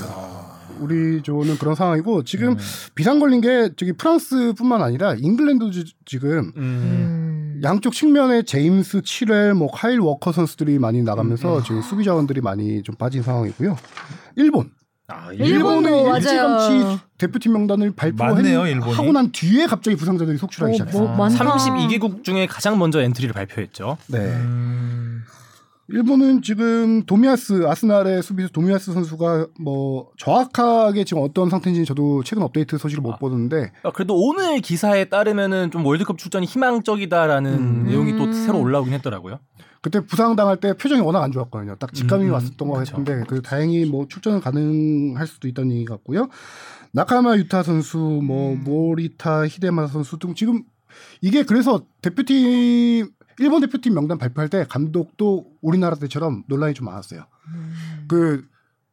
Speaker 4: 우리 조는 그런 상황이고 지금 비상 걸린 게 저기 프랑스뿐만 아니라 잉글랜드도 지- 지금
Speaker 3: 음.
Speaker 4: 양쪽 측면에 제임스 칠렐, 뭐 카일 워커 선수들이 많이 나가면서 지금 수비 자원들이 많이 좀 빠진 상황이고요. 일본
Speaker 3: 아, 이-
Speaker 5: 일본도
Speaker 4: 일본은
Speaker 5: 맞아요.
Speaker 4: 일찌감치 대표팀 명단을
Speaker 2: 맞네요,
Speaker 4: 발표했고
Speaker 2: 일본이.
Speaker 4: 하고 난 뒤에 갑자기 부상자들이 속출하기 시작했어요.
Speaker 5: 뭐 많다.
Speaker 3: 32개국 중에 가장 먼저 엔트리를 발표했죠.
Speaker 4: 네.
Speaker 2: 음,
Speaker 4: 일본은 지금 도미아스 아스날의 수비수 도미아스 선수가 뭐 정확하게 지금 어떤 상태인지 저도 최근 업데이트 소식을 못 보는데
Speaker 3: 아, 그래도 오늘 기사에 따르면은 좀 월드컵 출전이 희망적이다라는 내용이 또 새로 올라오긴 했더라고요.
Speaker 4: 그때 부상 당할 때 표정이 워낙 안 좋았거든요. 딱 직감이
Speaker 3: 음,
Speaker 4: 왔었던 것
Speaker 3: 그쵸.
Speaker 4: 같은데 그 다행히 뭐 출전은 가능할 수도 있다는 얘기 같고요. 나카마 유타 선수, 뭐
Speaker 3: 음.
Speaker 4: 모리타 히데마 선수 등 지금 이게 그래서 대표팀 일본 대표팀 명단 발표할 때 감독도 우리나라 때처럼 논란이 좀 많았어요.
Speaker 5: 음.
Speaker 4: 그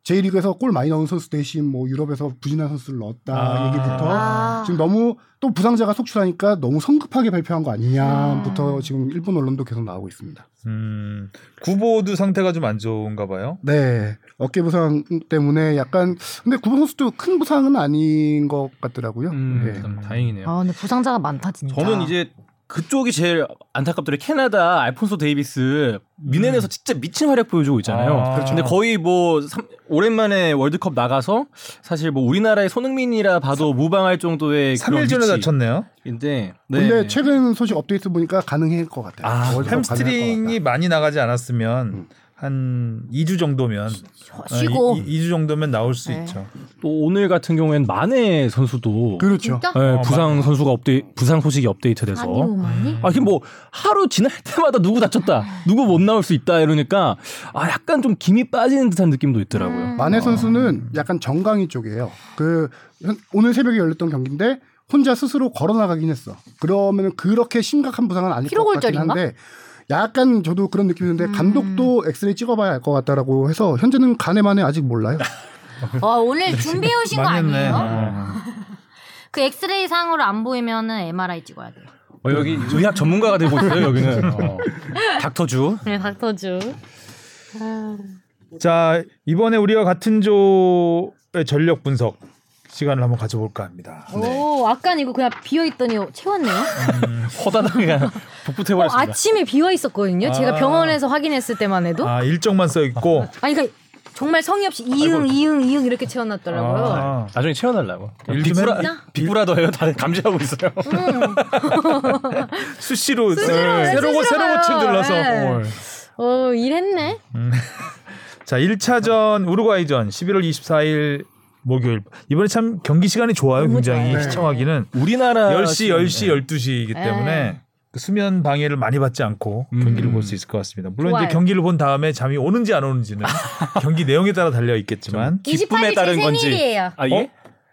Speaker 4: J리그에서 골 많이 넣은 선수 대신 뭐 유럽에서 부진한 선수를 넣었다
Speaker 2: 아.
Speaker 4: 얘기부터
Speaker 5: 아.
Speaker 4: 지금 너무 또 부상자가 속출하니까 너무 성급하게 발표한 거
Speaker 3: 음.
Speaker 4: 아니냐부터 지금 일본 언론도 계속 나오고 있습니다.
Speaker 2: 음, 구보도 상태가 좀 안 좋은가 봐요.
Speaker 4: 네 어깨 부상 때문에 약간 근데 구본 선수도 큰 부상은 아닌 것 같더라고요.
Speaker 3: 음,
Speaker 4: 네.
Speaker 3: 참 다행이네요.
Speaker 5: 아 근데 부상자가 많다 진짜.
Speaker 3: 저는 이제 그쪽이 제일 안타깝더라고요. 캐나다 알폰소 데이비스 미넨에서 진짜 미친 활약 보여주고 음. 있잖아요.
Speaker 2: 아. 그렇죠.
Speaker 3: 근데 거의 뭐 삼- 오랜만에 월드컵 나가서 사실 뭐 우리나라의 손흥민이라 봐도 무방할 정도의
Speaker 2: 3일 전에 다쳤네요.
Speaker 3: 인데
Speaker 4: 근데 최근 소식 업데이트 보니까 가능할 것 같아요. 월드컵
Speaker 3: 아,
Speaker 4: 가능할 것 같다. 음.
Speaker 2: 햄스트링이 많이 나가지 않았으면 한 2주 정도면 어,
Speaker 5: 쉬고.
Speaker 2: 2, 주 정도면 나올 수
Speaker 5: 네.
Speaker 2: 있죠.
Speaker 3: 또 오늘 같은 경우엔 마네 선수도
Speaker 4: 그렇죠.
Speaker 5: 진짜?
Speaker 3: 예,
Speaker 2: 어,
Speaker 3: 부상 선수가 업데이 부상 소식이 업데이트돼서
Speaker 5: 아니 음. 오만이?
Speaker 3: 아, 이게 뭐 하루 지날 때마다 누구 다쳤다, 누구 못 나올 수 있다 이러니까 아 약간 좀 김이 빠지는 듯한 느낌도 있더라고요.
Speaker 5: 음.
Speaker 4: 마네 선수는 약간 정강이 쪽이에요. 그 현- 오늘 새벽에 열렸던 경기인데 혼자 스스로 걸어 나가긴 했어. 그러면 그렇게 심각한 부상은 아닐 것 같긴
Speaker 5: 피로골절인가?
Speaker 4: 한데 약간 저도 그런 느낌이 드는데 감독도 엑스레이 찍어봐야 알 것 같다라고 해서 현재는 간에만에 아직 몰라요.
Speaker 5: 와 아, 오늘 준비해 오신 거
Speaker 2: 맞네.
Speaker 5: 아니에요?
Speaker 2: 어.
Speaker 5: 그 엑스레이 상으로 안 보이면은 MRI 찍어야 돼요.
Speaker 3: 어, 여기 의학 전문가가 되고 있어요 여기는 어. 닥터주.
Speaker 5: 네 박터주.
Speaker 2: 자 이번에 우리와 같은 조의 전력 분석 시간을 한번 가져볼까 합니다.
Speaker 5: 어? 오 아까 이거 그냥 비어 있더니 채웠네요.
Speaker 3: 허다닥이 그냥 북붙해
Speaker 5: 어,
Speaker 3: 버렸습니다.
Speaker 5: 아침에 비어 있었거든요. 제가
Speaker 2: 아.
Speaker 5: 병원에서 확인했을 때만 해도.
Speaker 2: 아 일정만 써 있고
Speaker 5: 아니 그러니까 정말 성의 없이 이응 이응 이응 이렇게 채워놨더라고요.
Speaker 2: 아,
Speaker 3: 나중에 채워달라고.
Speaker 2: 일좀 했나?
Speaker 3: 비구라도 해요. 다들 감시하고 있어요.
Speaker 5: 수시로,
Speaker 2: 수시로 네. 새로
Speaker 5: 수시로
Speaker 2: 고 새로
Speaker 5: 가요.
Speaker 2: 고침 들러서
Speaker 5: 네.
Speaker 2: 뭘.
Speaker 5: 어 일했네.
Speaker 2: 자 1차전 우루과이전 11월 24일 목요일 이번에 참 경기 시간이 좋아요
Speaker 5: 너무
Speaker 2: 굉장히
Speaker 5: 좋아요.
Speaker 2: 시청하기는
Speaker 3: 우리나라
Speaker 2: 10시, 10시, 12시이기
Speaker 5: 아, 네.
Speaker 2: 때문에 그 수면 방해를 많이 받지 않고
Speaker 3: 음.
Speaker 2: 경기를 볼 수 있을 것 같습니다. 물론
Speaker 5: 좋아요.
Speaker 2: 이제 경기를 본 다음에 잠이 오는지 안 오는지는 경기 내용에 따라 달려 있겠지만
Speaker 5: 28일
Speaker 3: 기쁨에
Speaker 5: 제
Speaker 3: 따른 건지.
Speaker 5: 생일이에요.
Speaker 3: 아 예?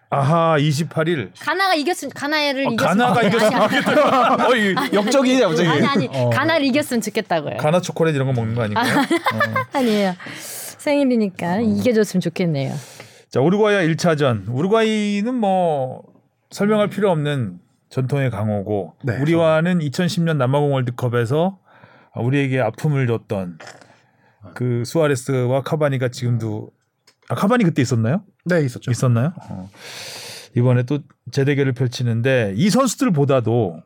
Speaker 2: 아하 28일
Speaker 5: 가나가 이겼으면 가나를
Speaker 2: 어,
Speaker 5: 이겼으면
Speaker 2: 가나가
Speaker 5: 좋겠-
Speaker 2: 이겼으면
Speaker 5: 아니, 아니, 예.
Speaker 3: 어, 이 역적이냐 갑자기.
Speaker 5: 아니 아니
Speaker 3: 어.
Speaker 5: 가나를 이겼으면 좋겠다고요.
Speaker 2: 가나 초콜릿 이런 거 먹는 거 아닌가요? 어.
Speaker 5: 아니에요. 생일이니까 이겨줬으면 좋겠네요.
Speaker 2: 자 우루과이와 1차전 우루과이는 뭐 설명할 필요 없는 전통의 강호고
Speaker 4: 네.
Speaker 2: 우리와는 2010년 남아공 월드컵에서 우리에게 아픔을 줬던 그 수아레스와 카바니가 지금도 아 카바니 그때 있었나요?
Speaker 4: 네 있었죠.
Speaker 2: 있었나요? 어. 이번에 또 재대결을 펼치는데 이 선수들보다도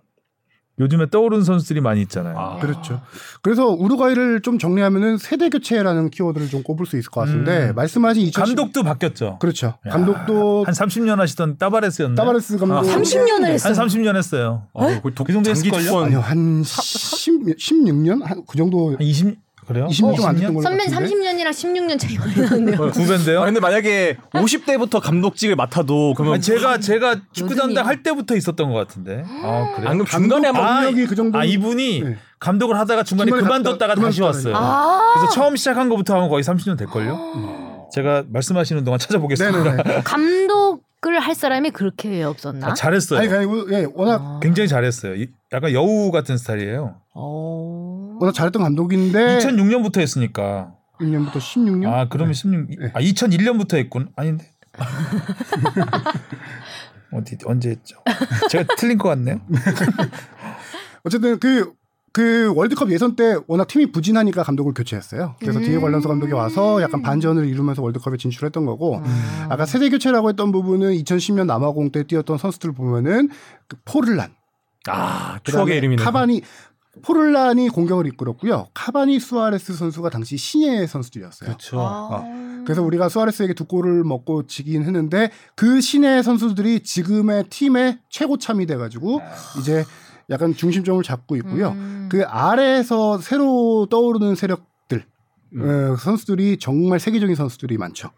Speaker 2: 요즘에 떠오른 선수들이 많이 있잖아요.
Speaker 3: 아.
Speaker 4: 그렇죠. 그래서 우루과이를 좀 정리하면은 세대 교체라는 키워드를 좀 꼽을 수 있을 것 같은데
Speaker 2: 음.
Speaker 4: 말씀하신 2010
Speaker 2: 감독도 바뀌었죠.
Speaker 4: 그렇죠.
Speaker 2: 야,
Speaker 4: 감독도
Speaker 2: 한 30년 하시던 따바레스였나요?
Speaker 4: 따바레스 감독
Speaker 3: 아,
Speaker 5: 30년을 했어.
Speaker 2: 한 30년 했어요.
Speaker 3: 어, 거의 독-
Speaker 2: 그 정도
Speaker 3: 장기
Speaker 2: 했을걸요?
Speaker 3: 투혼.
Speaker 4: 아니요 한 10, 16년 한 그 정도
Speaker 2: 한 20, 그래요?
Speaker 4: 20년 좀안 됐던 걸로.
Speaker 5: 선배는
Speaker 4: 같은데?
Speaker 5: 30년이랑 16년 차이 많이 나는데요.
Speaker 2: 두 배인데요?
Speaker 6: 아, 근데 만약에
Speaker 3: 어?
Speaker 6: 50대부터 감독직을 맡아도 그러면
Speaker 2: 아니, 제가 제가 축구
Speaker 5: 요즘이야.
Speaker 2: 담당 할 때부터 있었던 것 같은데. 아 그래.
Speaker 6: 안 그럼 중간에 한번
Speaker 2: 아,
Speaker 4: 능력이 그 정도.
Speaker 2: 아 이분이
Speaker 4: 네.
Speaker 2: 감독을 하다가 중간에
Speaker 4: 중간에
Speaker 2: 그만뒀다가
Speaker 4: 갔다-
Speaker 2: 다시 왔어요.
Speaker 5: 아,
Speaker 2: 그래서 처음 시작한 것부터 하면 거의 30년 될걸요. 제가 말씀하시는 동안 찾아보겠습니다.
Speaker 4: 아. 네네네.
Speaker 5: 감독을 할 사람이 그렇게 없었나?
Speaker 2: 아, 잘했어요.
Speaker 4: 아니 그리고 예 워낙
Speaker 2: 굉장히 잘했어요. 이- 약간 여우 같은 스타일이에요.
Speaker 5: 어.
Speaker 4: 워낙 잘했던 감독인데
Speaker 2: 2006년부터 했으니까.
Speaker 4: 6년부터 16년.
Speaker 2: 아 그러면 16.
Speaker 4: 네. 네.
Speaker 2: 아 2001년부터 했군. 아닌데. 어디 언제 했죠? 제가 틀린 것 같네요.
Speaker 4: 아. 어쨌든 그, 그 월드컵 예선 때 워낙 팀이 부진하니까 감독을 교체했어요. 그래서 뒤에 관련서 감독이 와서 약간 반전을 이루면서 월드컵에 진출했던 거고 어. 아까
Speaker 1: 음.
Speaker 4: 세대 교체라고 했던 부분은 2010년 남아공 때 뛰었던 선수들 보면은 그 포를란,
Speaker 6: 아
Speaker 4: 그다음에
Speaker 6: 추억의 이름이네.
Speaker 4: 카바니 포를란이 공격을 이끌었고요. 카바니 수아레스 선수가 당시 신예 선수들이었어요.
Speaker 2: 그렇죠.
Speaker 1: 음.
Speaker 4: 그래서 우리가 수아레스에게 두 골을 먹고 지긴 했는데 그 신의 선수들이 지금의 팀의 최고참이 돼가지고 이제 약간 중심점을
Speaker 5: 음.
Speaker 4: 잡고 있고요.
Speaker 1: 음.
Speaker 4: 그 아래에서 새로 떠오르는 세력들 어, 선수들이 정말 세계적인 선수들이 많죠.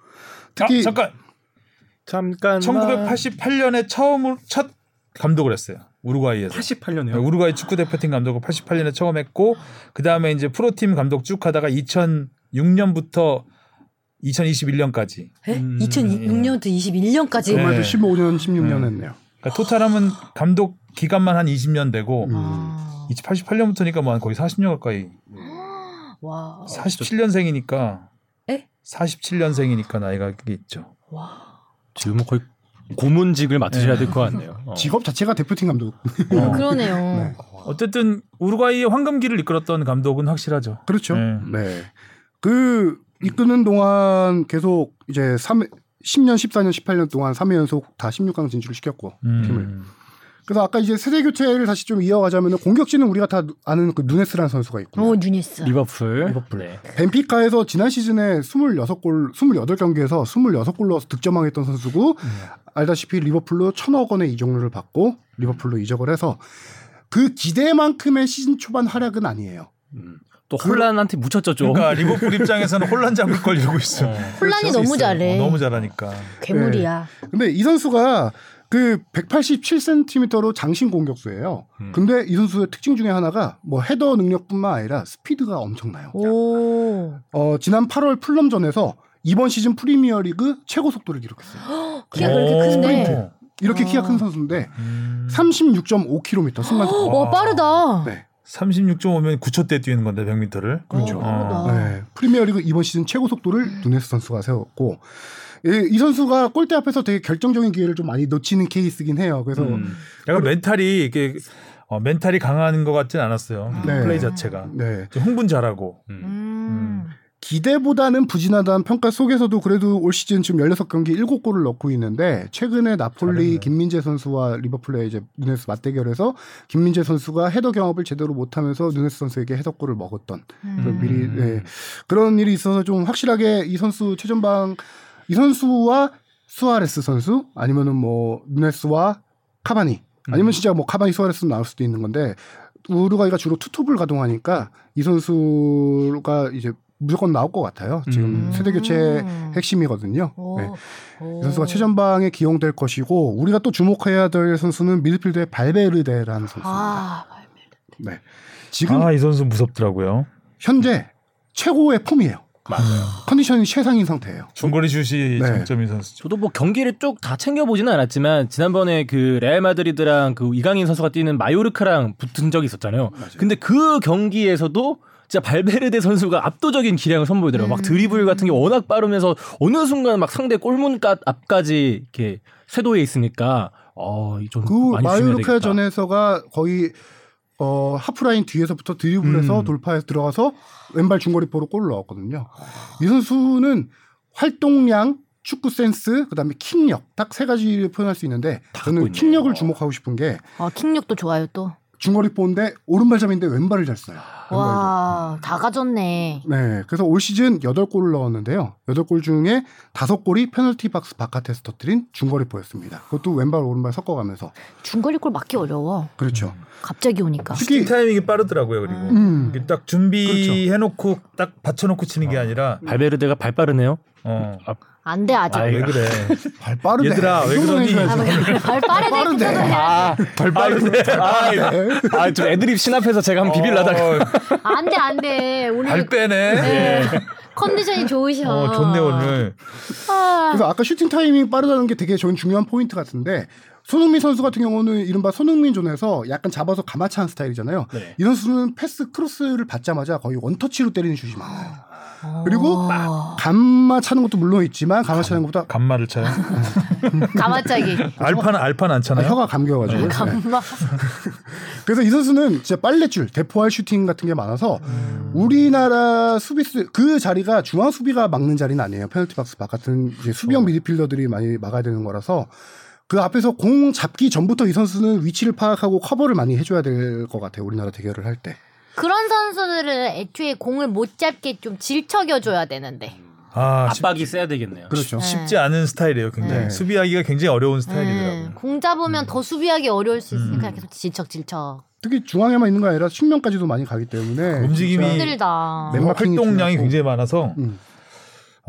Speaker 4: 특히
Speaker 2: 아, 잠깐
Speaker 6: 잠깐
Speaker 2: 1988년에 처음으로 첫 감독을 했어요. 우루과이에서.
Speaker 6: 88년에요.
Speaker 3: 아,
Speaker 2: 우루과이 축구 대표팀 감독을 88년에 처음 했고 그 다음에 이제 프로팀 감독 쭉 하다가 2006년부터 2021년까지.
Speaker 5: 2006년부터 21년까지
Speaker 2: 네.
Speaker 4: 정말도 15년, 16년 했네요.
Speaker 2: 그러니까 토탈하면 감독 기간만 한 20년 되고
Speaker 1: 음.
Speaker 4: 아,
Speaker 2: 88년부터니까 뭐 한 거의 40년 가까이.
Speaker 5: 와.
Speaker 1: 아,
Speaker 2: 47년생이니까.
Speaker 5: 에?
Speaker 2: 47년생이니까 나이가 그게 있죠.
Speaker 3: 뭐
Speaker 6: 지금은 거의 고문직을 맡으셔야 될 것 같네요. 어.
Speaker 4: 직업 자체가 대표팀 감독.
Speaker 2: 어.
Speaker 5: 그러네요.
Speaker 2: 쨌든 우루과이의 황금기를 이끌었던 감독은 확실하죠.
Speaker 4: 그렇죠.
Speaker 2: 네.
Speaker 4: 네. 그 이끄는 동안 계속 이제 3 10년, 14년, 18년 동안 3회 연속 다 16강 진출을 시켰고
Speaker 2: 음.
Speaker 4: 팀을 그래서 아까 이제 세대 교체를 다시 좀 이어가자면 공격진은 우리가 다 누- 아는 그 누네스라는 선수가 있고
Speaker 5: 오, 뉴니스.
Speaker 6: 리버풀. 리버풀. 네.
Speaker 4: 벤피카에서 지난 시즌에 26골 28경기에서 26골 넣어서 득점왕했던 선수고
Speaker 5: 음.
Speaker 4: 알다시피 리버풀로 천억 원의 이적료를 받고 리버풀로 이적을 해서 그 기대만큼의 시즌 초반 활약은 아니에요.
Speaker 3: 음.
Speaker 6: 또 혼란한테 묻혔죠 좀.
Speaker 2: 그러니까 리버풀 입장에서는 혼란 잡을 걸 이러고 있어. 요 어,
Speaker 5: 혼란이 너무 잘해.
Speaker 2: 너무 잘하니까.
Speaker 5: 괴물이야.
Speaker 4: 근데 이 선수가 그 187cm로 장신 공격수예요.
Speaker 2: 음.
Speaker 4: 근데 이 선수의 특징 중에 하나가 뭐 헤더 능력뿐만 아니라 스피드가
Speaker 1: 네.
Speaker 4: 엄청나요.
Speaker 5: 오.
Speaker 4: 어, 지난 8월 플럼전에서 이번 시즌 프리미어리그 최고 속도를 기록했어요.
Speaker 5: 키가 그렇게 큰데.
Speaker 2: 오.
Speaker 4: 이렇게
Speaker 5: 아. 어.
Speaker 4: 키가 큰 선수인데
Speaker 2: 음.
Speaker 4: 36.5km 순간
Speaker 1: 어,
Speaker 4: 속도.
Speaker 5: 와, 빠르다.
Speaker 4: 네.
Speaker 2: 36.5면 9초대 뛰는 건데 100m를.
Speaker 5: 그렇죠.
Speaker 2: 어.
Speaker 4: 네. 프리미어리그 이번 시즌 최고 속도를 누네스 선수가 세웠고 예, 이 선수가 골대 앞에서 되게 결정적인 기회를 좀 많이 놓치는 케이스긴 해요. 그래서
Speaker 6: 음.
Speaker 2: 약간 멘탈이 이게 어, 멘탈이 강한 것 같진 않았어요.
Speaker 4: 네.
Speaker 2: 플레이 자체가.
Speaker 4: 네.
Speaker 2: 좀 흥분 잘하고.
Speaker 5: 음.
Speaker 4: 기대보다는 부진하다는 평가 속에서도 그래도 올 시즌 지금 16경기 7골을 넣고 있는데 최근에 나폴리
Speaker 2: 잘했네.
Speaker 4: 김민재 선수와 리버풀의 이제 누네스 맞대결에서 김민재 선수가 헤더 경합을 제대로 못하면서 누네스 선수에게 헤더골을 먹었던
Speaker 5: 음.
Speaker 1: 음.
Speaker 4: 그런 미리
Speaker 3: 네.
Speaker 4: 예, 그런 일이 있어서 좀 확실하게 이 선수 최전방 이 선수와 수아레스 선수 아니면은 뭐 누네스와 카바니 아니면 진짜 뭐 카바니 수아레스 나올 수도 있는 건데 우루과이가 주로 투톱을 가동하니까 이 선수가 이제 무조건 나올 것 같아요. 지금
Speaker 5: 음.
Speaker 4: 세대 교체 핵심이거든요.
Speaker 5: 오.
Speaker 4: 네.
Speaker 5: 오.
Speaker 4: 이 선수가 최전방에 기용될 것이고 우리가 또 주목해야 될 선수는 미드필더의 발베르데라는 선수입니다.
Speaker 5: 아,
Speaker 4: 네. 지금
Speaker 2: 아, 이 선수 무섭더라고요.
Speaker 4: 현재 최고의 폼이에요. 맞아요. 컨디션이 최상인 상태예요.
Speaker 2: 중거리 슛이
Speaker 4: 네.
Speaker 2: 장점인 선수죠.
Speaker 3: 저도 뭐 경기를 쭉 다 챙겨보지는 않았지만 지난번에 그 레알 마드리드랑 그 이강인 선수가 뛰는 마요르카랑 붙은 적이 있었잖아요. 근데 그 경기에서도 진짜 발베르데 선수가 압도적인 기량을 선보이더라고요. 막 드리블 같은 게 워낙 빠르면서 어느 순간 막 상대 골문 가- 앞까지 이렇게 쇄도에 있으니까 어좀
Speaker 4: 그
Speaker 3: 음, 많이 조심해야
Speaker 4: 마요르카
Speaker 3: 되겠다.
Speaker 4: 전에서부터 거의 어 하프라인 뒤에서부터
Speaker 3: 음.
Speaker 4: 드리블해서 돌파해서 들어가서 왼발 중거리포로 골을 넣었거든요. 이 선수는 활동량, 축구 센스, 그다음에 킥력 딱 세 가지를 표현할 수 있는데
Speaker 3: 갖고
Speaker 4: 저는
Speaker 3: 있네요.
Speaker 4: 킥력을 주목하고 싶은 게
Speaker 5: 아, 킥력도 좋아요, 또.
Speaker 4: 중거리 포인데 오른발잡인데 왼발을 잘 써요. 왼발로.
Speaker 1: 와, 다 가졌네.
Speaker 4: 네, 그래서 올 시즌 8골을 넣었는데요. 8골 중에 5골이 페널티 박스 바깥에서 터뜨린 중거리 포였습니다. 그것도 왼발 오른발 섞어가면서.
Speaker 1: 중거리 골 맞기 어려워.
Speaker 4: 그렇죠.
Speaker 1: 갑자기 오니까.
Speaker 4: 특히
Speaker 2: 타이밍이 빠르더라고요. 그리고
Speaker 4: 음. 그렇죠.
Speaker 2: 이게 딱 준비해놓고 딱 받쳐놓고 치는 게 아니라
Speaker 3: 발베르데가 발 빠르네요.
Speaker 2: 어.
Speaker 1: 안 돼, 아직.
Speaker 2: 왜 그래?
Speaker 4: 발 빠르네.
Speaker 2: 얘들아, 왜
Speaker 4: 이 정도는
Speaker 2: 그러니?
Speaker 1: 아,
Speaker 4: 해줘야죠.
Speaker 1: 왜- 발 빠르네.
Speaker 4: 빠른데.
Speaker 1: 그거는 해야-
Speaker 3: 아, 발 빠르네.
Speaker 2: 아, 예.
Speaker 4: 예?
Speaker 3: 아, 좀 애드립 신앞에서 제가 한 비빌라다가
Speaker 2: 어,
Speaker 1: 안 돼, 안 돼. 오늘
Speaker 2: 발 빼네.
Speaker 1: 네. 컨디션이 좋으셔.
Speaker 2: 예. 어 좋네 오늘.
Speaker 1: 아,
Speaker 4: 그래서 아까 슈팅 타이밍 빠르다는 게 되게 저는 중요한 포인트 같은데 손흥민 선수 같은 경우는 이른바 손흥민 존에서 약간 잡아서 가마차 한 스타일이잖아요.
Speaker 2: 네.
Speaker 4: 이 선수는 패스 크로스를 받자마자 거의 원터치로 때리는 슛이 많아요. 그리고 감마 차는 것도 물론 있지만 감마 차는 것보다
Speaker 2: 간마를 쳐요.
Speaker 1: 가마짜기.
Speaker 2: 알파는 알파는 안
Speaker 4: 아,
Speaker 2: 차나요?
Speaker 4: 혀가 감겨가지고 네.
Speaker 1: 엄마.
Speaker 4: 그래서 이 선수는 진짜 빨래줄 대포할 슈팅 같은 게 많아서 우리나라 수비수 그 자리가 중앙 수비가 막는 자리는 아니에요 페널티 박스 바깥은 이제 수비형
Speaker 2: 그렇죠.
Speaker 4: 미드필더들이 많이 막아야 되는 거라서 그 앞에서 공 잡기 전부터 이 선수는 위치를 파악하고 커버를 많이 해줘야 될 것 같아요 우리나라 대결을 할 때
Speaker 1: 그런 선수들은 애초에 공을 못 잡게 좀 질척여줘야 되는데.
Speaker 2: 아 쉽,
Speaker 3: 압박이 세야 되겠네요.
Speaker 4: 그렇죠
Speaker 2: 쉽지 않은 스타일이에요. 굉장히
Speaker 4: 네.
Speaker 2: 수비하기가 굉장히 어려운
Speaker 1: 음,
Speaker 2: 스타일이더라고요. 음.
Speaker 1: 공 잡으면 더 수비하기 어려울 수 있으니까 계속 질척질척.
Speaker 4: 특히 중앙에만 있는 거 아니라 측면까지도 많이 가기 때문에
Speaker 2: 움직임이
Speaker 4: 진짜
Speaker 1: 힘들다.
Speaker 4: 네. 멤버킹이
Speaker 2: 활동량이
Speaker 4: 중요하고.
Speaker 2: 굉장히 많아서
Speaker 4: 음.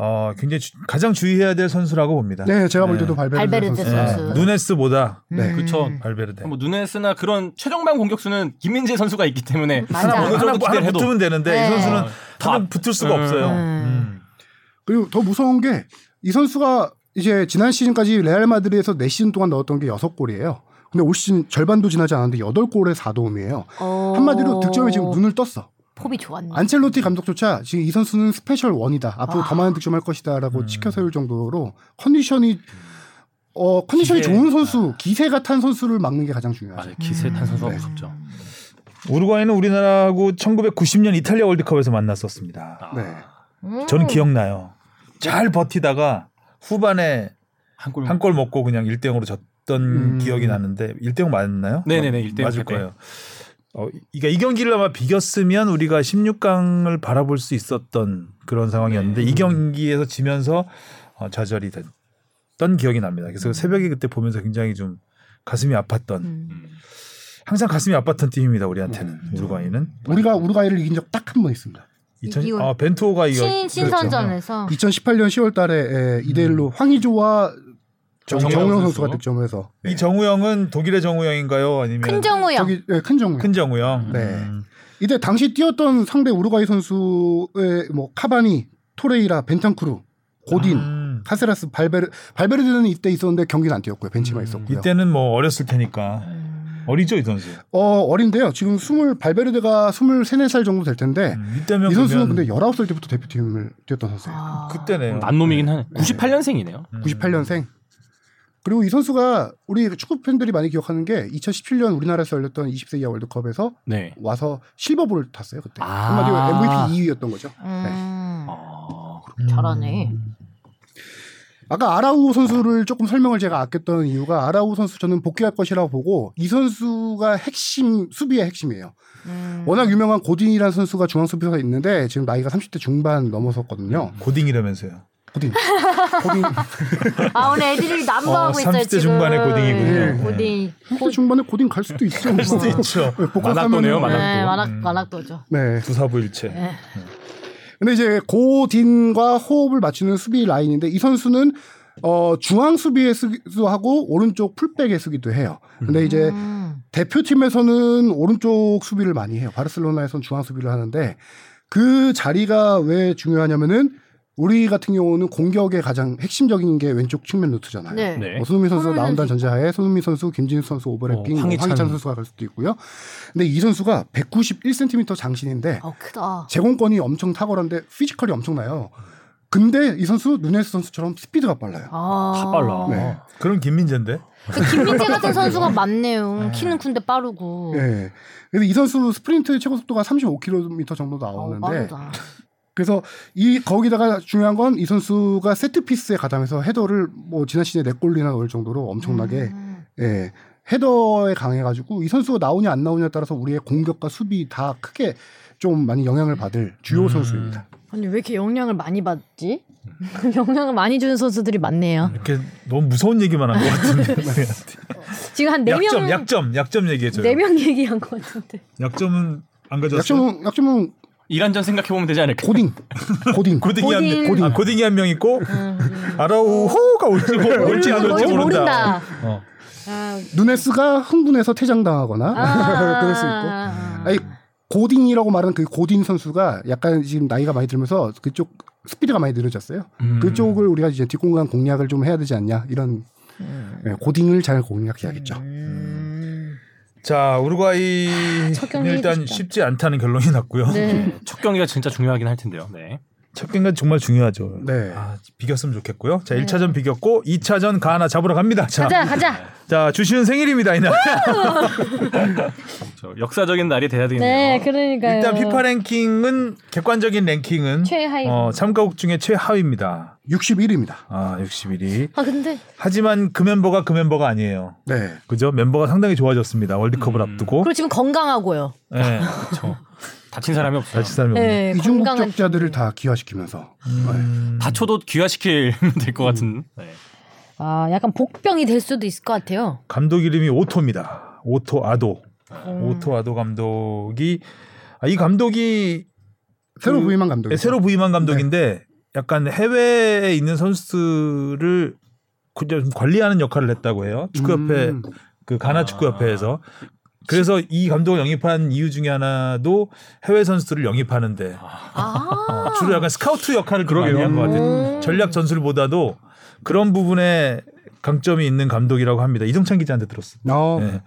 Speaker 2: 어, 굉장히 주- 가장 주의해야 될 선수라고 봅니다.
Speaker 4: 네 제가 볼 때도 발베르데,
Speaker 1: 발베르데
Speaker 4: 선수
Speaker 1: 선수.
Speaker 2: 네. 누네스보다
Speaker 1: 음.
Speaker 4: 네.
Speaker 3: 그렇죠.
Speaker 2: 발베르데.
Speaker 3: 뭐 누네스나 그런 최종반 공격수는 김민재 선수가 있기 때문에
Speaker 1: 맞아.
Speaker 3: 어느
Speaker 2: 하나, 뭐
Speaker 3: 정도 기대를
Speaker 2: 하나
Speaker 3: 해도 아.
Speaker 2: 붙으면 되는데
Speaker 1: 네.
Speaker 2: 이 선수는
Speaker 3: 다
Speaker 2: 하나 붙을 수가
Speaker 3: 음.
Speaker 2: 없어요.
Speaker 1: 음.
Speaker 4: 그리고 더 무서운 게 이 선수가 이제 지난 시즌까지 레알 마드리에서 4시즌 동안 넣었던 게 6골이에요. 근데 올 시즌 절반도 지나지 않았는데 8골에 4도움이에요.
Speaker 1: 어.
Speaker 4: 한마디로 득점에 지금 눈을 떴어.
Speaker 1: 폼이 좋았네.
Speaker 4: 안첼로티 감독조차 지금 이 선수는 스페셜 원이다. 앞으로 더 많은 득점할 것이다라고 치켜세울 정도로 컨디션이 어 컨디션이
Speaker 3: 기세.
Speaker 4: 좋은 선수, 기세가 탄 선수를 막는 게 가장 중요하죠.
Speaker 6: 네,
Speaker 3: 맞아요. 기세
Speaker 1: 음. 네.
Speaker 3: 탄
Speaker 2: 네.
Speaker 3: 선수가 무섭죠.
Speaker 2: 우루과이는 우리나라하고 1990년 이탈리아 월드컵에서 만났었습니다.
Speaker 3: 아,
Speaker 4: 네.
Speaker 1: 음.
Speaker 2: 저는 기억나요. 잘 버티다가 후반에
Speaker 3: 한 골.
Speaker 2: 한 골 먹고 그냥 1대0으로 졌던
Speaker 4: 음.
Speaker 2: 기억이 나는데 1대0 맞나요?
Speaker 3: 네네네, 1대0
Speaker 2: 맞을
Speaker 3: 그때.
Speaker 2: 거예요. 어, 그러니까 이 경기를 아마 비겼으면 우리가 16강을 바라볼 수 있었던 그런 상황이었는데 이 경기에서 지면서 어, 좌절이 됐던 기억이 납니다. 그래서 새벽에 그때 보면서 굉장히 좀 가슴이 아팠던
Speaker 3: 음.
Speaker 2: 항상 가슴이 아팠던 팀입니다. 우리한테는 우루과이는
Speaker 4: 우리가 우루과이를 이긴 적 딱 한 번 있습니다.
Speaker 2: 2000,
Speaker 1: 이기고-
Speaker 2: 아 벤투호가
Speaker 3: 네,
Speaker 2: 이거
Speaker 1: 신,
Speaker 3: 그렇죠.
Speaker 1: 신선전에서
Speaker 4: 2018년 10월 달에 2대 1로 황희조와 정-
Speaker 2: 정우영
Speaker 4: 정우영
Speaker 3: 선수.
Speaker 4: 선수가 득점해서
Speaker 2: 이 정우영은 독일의 정우영인가요? 아니면
Speaker 1: 큰 정우 형.
Speaker 4: 저기 예, 큰 정우.
Speaker 2: 큰 정우영?
Speaker 4: 네.
Speaker 2: 음.
Speaker 4: 이때 당시 뛰었던 상대 우루과이 선수의 뭐 카바니, 토레이라, 벤탄쿠르, 고딘,
Speaker 2: 음.
Speaker 4: 카세라스, 발베르 발베르드는 이때 있었는데 경기는 안 뛰었고요. 벤치만 있었고요.
Speaker 2: 이때는 뭐 어렸을 테니까
Speaker 1: 음.
Speaker 2: 어리죠 이 선수.
Speaker 4: 어 어린데요. 지금 스물 발베르드가 스물세 살 정도 될 텐데
Speaker 2: 음, 이때면
Speaker 4: 네. 이 선수는
Speaker 2: 그러면
Speaker 4: 근데 19살 때부터 대표팀을 뛰었던 선수예요.
Speaker 1: 아.
Speaker 2: 그때네요. 음.
Speaker 3: 남놈이긴 하네. 98년생이네요.
Speaker 4: 98년생. 그리고 이 선수가 우리 축구 팬들이 많이 기억하는 게 2017년 우리나라에서 열렸던 20세 이하 월드컵에서
Speaker 3: 네.
Speaker 4: 와서 실버볼을 탔어요 그때.
Speaker 3: 아.
Speaker 4: 한마디로 MVP 2위였던 거죠. 네.
Speaker 1: 음.
Speaker 3: 아, 그렇-
Speaker 1: 잘하네.
Speaker 4: 아까 아라우 선수를 조금 설명을 제가 아꼈던 이유가 아라우 선수 저는 복귀할 것이라고 보고 이 선수가 핵심 수비의 핵심이에요.
Speaker 1: 음.
Speaker 4: 워낙 유명한 고딘이라는 선수가 중앙 수비수가 있는데 지금 나이가 30대 중반 넘어섰거든요.
Speaker 2: 고딩이라면서요.
Speaker 4: 고딘. 고딘.
Speaker 1: 아 오늘 애들이
Speaker 2: 어,
Speaker 1: 남부하고 있어요
Speaker 2: 30대
Speaker 1: 지금.
Speaker 2: 중반의 고딩이군요.
Speaker 1: 고딩.
Speaker 4: 30대 중반에 고딘 갈 수도 있죠. 뭐.
Speaker 2: 수도 있죠.
Speaker 4: 왜 복학하면은-
Speaker 3: 만학도네요, 만학도. 음.
Speaker 1: 네, 만학 만학도죠.
Speaker 4: 네.
Speaker 2: 두사부일체.
Speaker 4: 근데 이제 고딘과 호흡을 맞추는 수비 라인인데 이 선수는 어 중앙 수비에 쓰기도 하고 오른쪽 풀백에 쓰기도 해요. 근데 이제
Speaker 1: 음.
Speaker 4: 대표팀에서는 오른쪽 수비를 많이 해요. 바르셀로나에서는 중앙 수비를 하는데 그 자리가 왜 중요하냐면은 우리 같은 경우는 공격의 가장 핵심적인 게 왼쪽 측면 루트잖아요.
Speaker 1: 네.
Speaker 3: 네.
Speaker 4: 뭐 손흥민 선수
Speaker 1: 손흥민
Speaker 4: 나온다는
Speaker 1: 선수.
Speaker 4: 전제하에 손흥민 선수, 김진수 선수 오버래핑, 뭐
Speaker 3: 어,
Speaker 4: 황희찬.
Speaker 3: 황희찬.
Speaker 4: 선수가 갈 수도 있고요. 근데 이 선수가 191cm 장신인데
Speaker 1: 어 크다.
Speaker 4: 제공권이 엄청 탁월한데 피지컬이 엄청나요. 근데 이 선수 누네스 선수처럼 스피드가 빨라요.
Speaker 1: 아.
Speaker 3: 다 빨라.
Speaker 4: 네.
Speaker 2: 그럼 김민재인데.
Speaker 1: 그 김민재 같은 선수가 많네요. 키는 큰데 빠르고.
Speaker 4: 예. 그래서 이 선수 스프린트 최고 속도가 35km 정도
Speaker 1: 어,
Speaker 4: 나오는데
Speaker 1: 빠르다.
Speaker 4: 그래서 이 거기다가 중요한 건 이 선수가 세트 피스에 가담해서 헤더를 뭐 지난 시즌에 네 골이나 넣을 정도로 엄청나게
Speaker 1: 음.
Speaker 4: 예, 헤더에 강해가지고 이 선수가 나오냐 안 나오냐에 따라서 우리의 공격과 수비 다 크게 좀 많이 영향을 받을
Speaker 6: 음.
Speaker 4: 주요 선수입니다.
Speaker 1: 아니 왜 이렇게 영향을 많이 받지?
Speaker 2: 음.
Speaker 1: 영향을 많이 주는 선수들이 많네요.
Speaker 2: 이렇게 너무 무서운 얘기만 한 것 같은데. 우리한테.
Speaker 1: 지금 한
Speaker 2: 약점,
Speaker 1: 4명
Speaker 2: 약점, 약점 얘기해줘요.
Speaker 1: 네 명 얘기한 것 같은데.
Speaker 2: 약점은 안 가졌어.
Speaker 4: 약점은 약점은
Speaker 6: 이란전 생각해 보면 되지 않을까?
Speaker 4: 고딩, 고딩,
Speaker 2: 고딩이 한
Speaker 1: 고딩.
Speaker 2: 고딩. 아, 고딩이 한 명 있고
Speaker 1: 음.
Speaker 2: 아라우호가 올지 모르- 올지 안 올지
Speaker 1: 뭔지
Speaker 2: 모른다.
Speaker 3: 어.
Speaker 1: 아,
Speaker 4: 누네스가 흥분해서 퇴장당하거나
Speaker 1: 아,
Speaker 4: 그럴 수 있고.
Speaker 1: 아,
Speaker 4: 아니 고딩이라고 말하는 그 고딩 선수가 약간 지금 나이가 많이 들면서 그쪽 스피드가 많이 느려졌어요.
Speaker 2: 음.
Speaker 4: 그쪽을 우리가 이제 뒷공간 공략을 좀 해야 되지 않냐 이런 예, 고딩을 잘 공략해야겠죠.
Speaker 2: 자 우루과이
Speaker 1: 첫
Speaker 2: 일단
Speaker 1: 경기
Speaker 2: 쉽지 않다는 결론이 났고요.
Speaker 1: 아, 네.
Speaker 4: 음.
Speaker 6: 첫 경기가 진짜 중요하긴 할 텐데요. 네.
Speaker 2: 첫 경기는 정말 중요하죠.
Speaker 4: 네.
Speaker 2: 아, 비겼으면 좋겠고요. 자 1차전 비겼고 2차전 가나 잡으러 갑니다. 자,
Speaker 1: 네. 가자 가자.
Speaker 2: 자 주시는 생일입니다 이날.
Speaker 6: 저 역사적인 날이 돼야 되겠네요.
Speaker 1: 네 그러니까요.
Speaker 2: 일단 피파 랭킹은 객관적인 랭킹은
Speaker 1: 최하위.
Speaker 2: 어, 참가국 중에 최하위입니다.
Speaker 4: 61위입니다.
Speaker 2: 아 61위.
Speaker 1: 아 근데
Speaker 2: 하지만 그 멤버가 그 멤버가 아니에요.
Speaker 4: 네.
Speaker 2: 그죠? 멤버가 상당히 좋아졌습니다. 월드컵을 앞두고.
Speaker 1: 그리고 지금 건강하고요.
Speaker 2: 예.
Speaker 6: 그렇죠. 다친 사람이 없어요.
Speaker 2: 다시 사람이 없네.
Speaker 1: 네,
Speaker 4: 이중
Speaker 1: 건강한
Speaker 4: 국적자들을 다 기화시키면서
Speaker 2: 음.
Speaker 4: 네.
Speaker 6: 다쳐도 귀화시키면 될 것 같은. 네.
Speaker 1: 아 약간 복병이 될 수도 있을 것 같아요.
Speaker 2: 감독 이름이 오토입니다. 오토 아도.
Speaker 1: 음.
Speaker 2: 오토 아도 감독이 아, 이 감독이
Speaker 4: 새로
Speaker 2: 그-
Speaker 4: 부임한 감독이
Speaker 2: 새로 부임한 감독인데 약간 해외에 있는 선수들을 그냥 관리하는 역할을 했다고 해요. 축구협회
Speaker 4: 음.
Speaker 2: 그 가나 축구협회에서. 그래서 이 감독을 영입한 이유 중에 하나도 해외 선수들을 영입하는데
Speaker 1: 아
Speaker 2: 주로 약간 스카우트 역할을 그러게 한것 같아요. 전략 전술보다도 그런 부분에 강점이 있는 감독이라고 합니다. 이동찬 기자한테 들었어.
Speaker 4: 어,
Speaker 2: 네.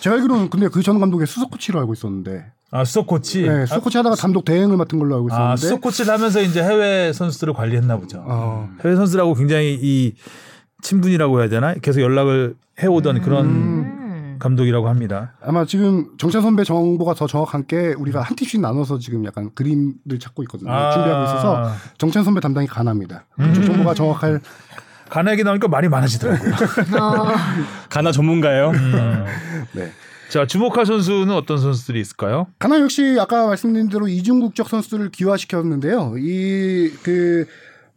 Speaker 4: 제가 알기로는 근데 그 전 감독의 수석 코치로 알고 있었는데,
Speaker 2: 아 수석 코치.
Speaker 4: 네, 수석 코치 하다가 감독 대행을 맡은 걸로 알고
Speaker 2: 아
Speaker 4: 있었는데,
Speaker 2: 수석 코치를 하면서 이제 해외 선수들을 관리했나 보죠. 음.
Speaker 4: 어,
Speaker 2: 해외 선수라고 굉장히 이 친분이라고 해야 되나 계속 연락을 해오던 그런
Speaker 5: 음.
Speaker 2: 감독이라고 합니다.
Speaker 4: 아마 지금 정찬 선배 정보가 더 정확한 게 우리가 한 팀씩 나눠서 지금 약간 그림을 찾고 있거든요.
Speaker 2: 아.
Speaker 4: 준비하고 있어서 정찬 선배 담당이 가나입니다. 그 정보가 정확할
Speaker 2: 가나 얘기 나오니까 말이 많아지더라고요.
Speaker 6: 가나 전문가예요.
Speaker 4: 네.
Speaker 2: 자 주목할 선수는 어떤 선수들이 있을까요?
Speaker 4: 가나 역시 아까 말씀드린 대로 이중국적 선수를 기화시켰는데요. 이 그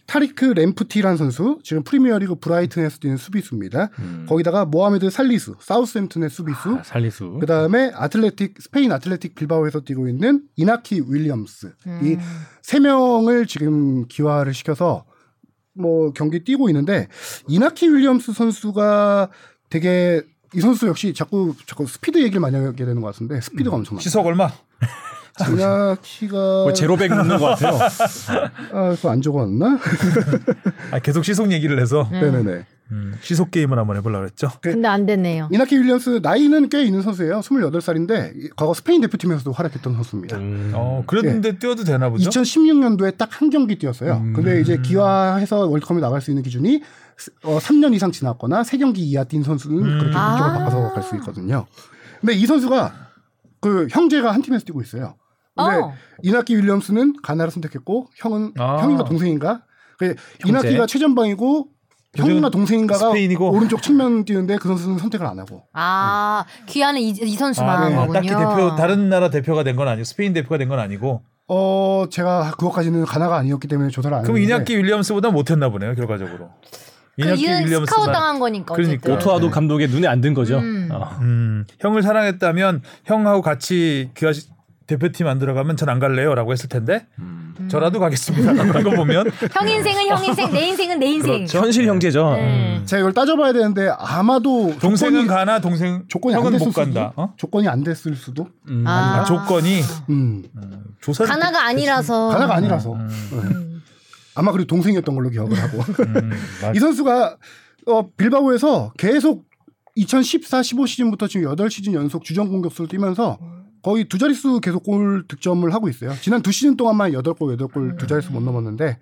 Speaker 4: 타리크 램프티라는 선수 지금 프리미어리그 브라이튼에서 뛰는 수비수입니다. 거기다가 모하메드 살리수 사우스햄튼의 수비수
Speaker 6: 아, 살리수.
Speaker 4: 그다음에 아틀레틱 스페인 아틀레틱 빌바오에서 뛰고 있는 이나키 윌리엄스
Speaker 6: 음.
Speaker 4: 이 세 명을 지금 기화를 시켜서 뭐 경기 뛰고 있는데 이나키 윌리엄스 선수가 되게 이 선수 역시 자꾸 자꾸 스피드 얘기를 많이 하게 되는 것 같은데 스피드가
Speaker 6: 음.
Speaker 4: 엄청나.
Speaker 2: 시석 얼마?
Speaker 4: 이나키가 어,
Speaker 6: 거의 뭐 제로백 묻는 것 같아요.
Speaker 4: 아, 그거 안 적어놨나?
Speaker 2: 아, 계속 시속 얘기를 해서
Speaker 4: 네네네.
Speaker 2: 음, 시속 게임을 한번 해보려고 했죠.
Speaker 1: 근데 안 되네요.
Speaker 4: 이나키 윌리엄스 나이는 꽤 있는 선수예요. 28살인데 과거 스페인 대표팀에서도 활약했던 선수입니다.
Speaker 2: 어 그런데 뛰어도 되나 보죠. 음.
Speaker 4: 2016년도에 딱 한 경기 뛰었어요. 근데 이제 기화해서 월드컵에 나갈 수 있는 기준이 스- 어, 3년 이상 지났거나 3경기 이하 뛴 선수는
Speaker 2: 음.
Speaker 4: 그렇게 국적을 바꿔서 갈 수 있거든요. 근데 이 선수가 그 형제가 한 팀에서 뛰고 있어요. 근데
Speaker 1: 어.
Speaker 4: 이나키 윌리엄스는 가나를 선택했고 형은
Speaker 2: 아.
Speaker 4: 형인가 동생인가? 그 이나키가 최전방이고 형인가 동생인가가
Speaker 2: 스페인이고.
Speaker 4: 오른쪽 측면 뛰는데 그 선수는 선택을 안 하고
Speaker 5: 아 귀하는 이, 이 선수만 한
Speaker 2: 아,
Speaker 5: 거군요.
Speaker 2: 딱히 대표 다른 나라 대표가 된 건 아니고 스페인 대표가 된 건 아니고
Speaker 4: 어 제가 그것까지는 가나가 아니었기 때문에 조사를 안
Speaker 2: 그럼
Speaker 4: 했는데
Speaker 2: 이냐키 윌리엄스보다 못했나 보네요 결과적으로.
Speaker 5: 그 이유는
Speaker 2: 윌리엄스만-
Speaker 5: 스카웃 당한 거니까
Speaker 2: 그러니까.
Speaker 5: 어쨌든.
Speaker 4: 네.
Speaker 3: 오토아도 감독의 눈에 안 든 거죠. 어.
Speaker 2: 음, 형을 사랑했다면 형하고 같이 귀하 대표팀 안 들어가면 전 안 갈래요라고 했을 텐데 저라도 가겠습니다. 이거 보면
Speaker 5: 형 인생은 형 인생, 내 인생은 내 인생.
Speaker 4: 그렇죠?
Speaker 3: 현실 형제죠.
Speaker 6: 음.
Speaker 5: 네.
Speaker 4: 제가 이걸 따져봐야 되는데 아마도
Speaker 2: 동생은
Speaker 4: 조건이,
Speaker 2: 가나 동생
Speaker 4: 조건이 안
Speaker 2: 형은
Speaker 4: 됐을
Speaker 2: 못
Speaker 4: 수도
Speaker 2: 간다. 어?
Speaker 4: 조건이 안 됐을 수도
Speaker 2: 아, 조건이
Speaker 4: 음.
Speaker 2: 조사
Speaker 5: 가나가 아니라서.
Speaker 4: 가나가 아니라서
Speaker 2: 음.
Speaker 4: 네. 아마 그리고 동생이었던 걸로 기억을 하고
Speaker 2: 음,
Speaker 4: 이 선수가 어, 빌바오에서 계속 2014, 15 시즌부터 지금 8 시즌 연속 주전 공격수를 뛰면서 거의 두 자릿수 계속 골 득점을 하고 있어요. 지난 두 시즌 동안만 8골, 8골 두 자릿수 못 넘었는데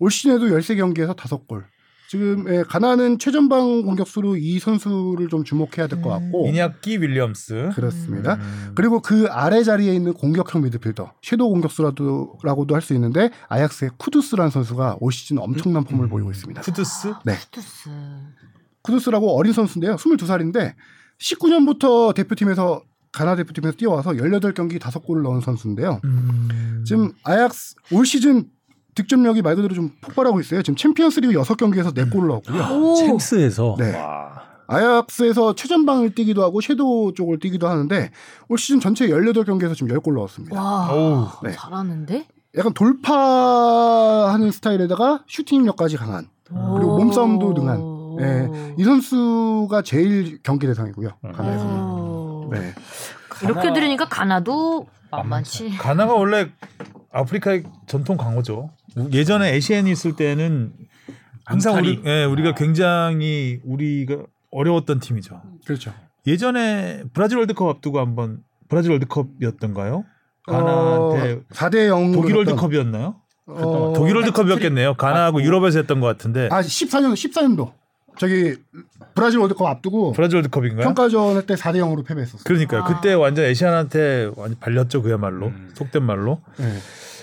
Speaker 4: 올 시즌에도 13경기에서 5골. 지금 예, 가나는 최전방 공격수로 이 선수를 좀 주목해야 될 것
Speaker 2: 음.
Speaker 4: 같고
Speaker 2: 이냐키 그 윌리엄스 음,
Speaker 4: 그렇습니다. 그리고 그 아래 자리에 있는 공격형 미드필더, 섀도우 공격수라도 라고도 할 수 있는데 아약스의 쿠두스라는 선수가 올 시즌 엄청난 폼을 보이고 있습니다.
Speaker 2: 쿠두스
Speaker 4: 쿠두스라고 어린 선수인데요. 22살인데 19년부터 대표팀에서 가나 대표팀에서 뛰어와서 18경기 5골을 넣은 선수인데요. 음.
Speaker 2: 음.
Speaker 4: 지금 아약스 올 시즌 득점력이 말 그대로 좀 폭발하고 있어요. 지금 챔피언스리그 6경기에서 4골을 넣었고요.
Speaker 3: 챔스에서
Speaker 4: 네. 아약스에서 최전방을 뛰기도 하고 섀도우 쪽을 뛰기도 하는데 올 시즌 전체 18경기에서 지금 10골 넣었습니다.
Speaker 5: 와
Speaker 2: 어우.
Speaker 4: 네.
Speaker 5: 잘하는데.
Speaker 4: 약간 돌파하는 스타일에다가 슈팅력까지 강한 그리고 몸싸움도 능한. 예. 이 선수가 제일 경기 대상이고요.
Speaker 2: 어.
Speaker 4: 가나에서는.
Speaker 5: 오.
Speaker 4: 네.
Speaker 5: 이렇게 들으니까 가나도 만만치.
Speaker 2: 가나가 원래 아프리카의 전통 강호죠. 예전에 에시안이 있을 때는 항상 우리, 예, 우리가 굉장히 우리가 어려웠던 팀이죠.
Speaker 4: 그렇죠.
Speaker 2: 예전에 브라질 월드컵 앞두고 한번 브라질 월드컵이었던가요? 가나한테
Speaker 4: 4대 0
Speaker 2: 독일 월드컵이었나요?
Speaker 4: 어,
Speaker 2: 독일 월드컵이었겠네요. 가나하고 유럽에서 했던 것 같은데
Speaker 4: 아 14년 14년도 저기 브라질 월드컵 앞두고
Speaker 2: 브라질 월드컵인가요?
Speaker 4: 평가전 할 때 4대 0으로 패배했었어요.
Speaker 2: 그러니까요.
Speaker 5: 아.
Speaker 2: 그때 완전 에시안한테 완전 발렸죠 그야말로 속된 말로
Speaker 4: 네.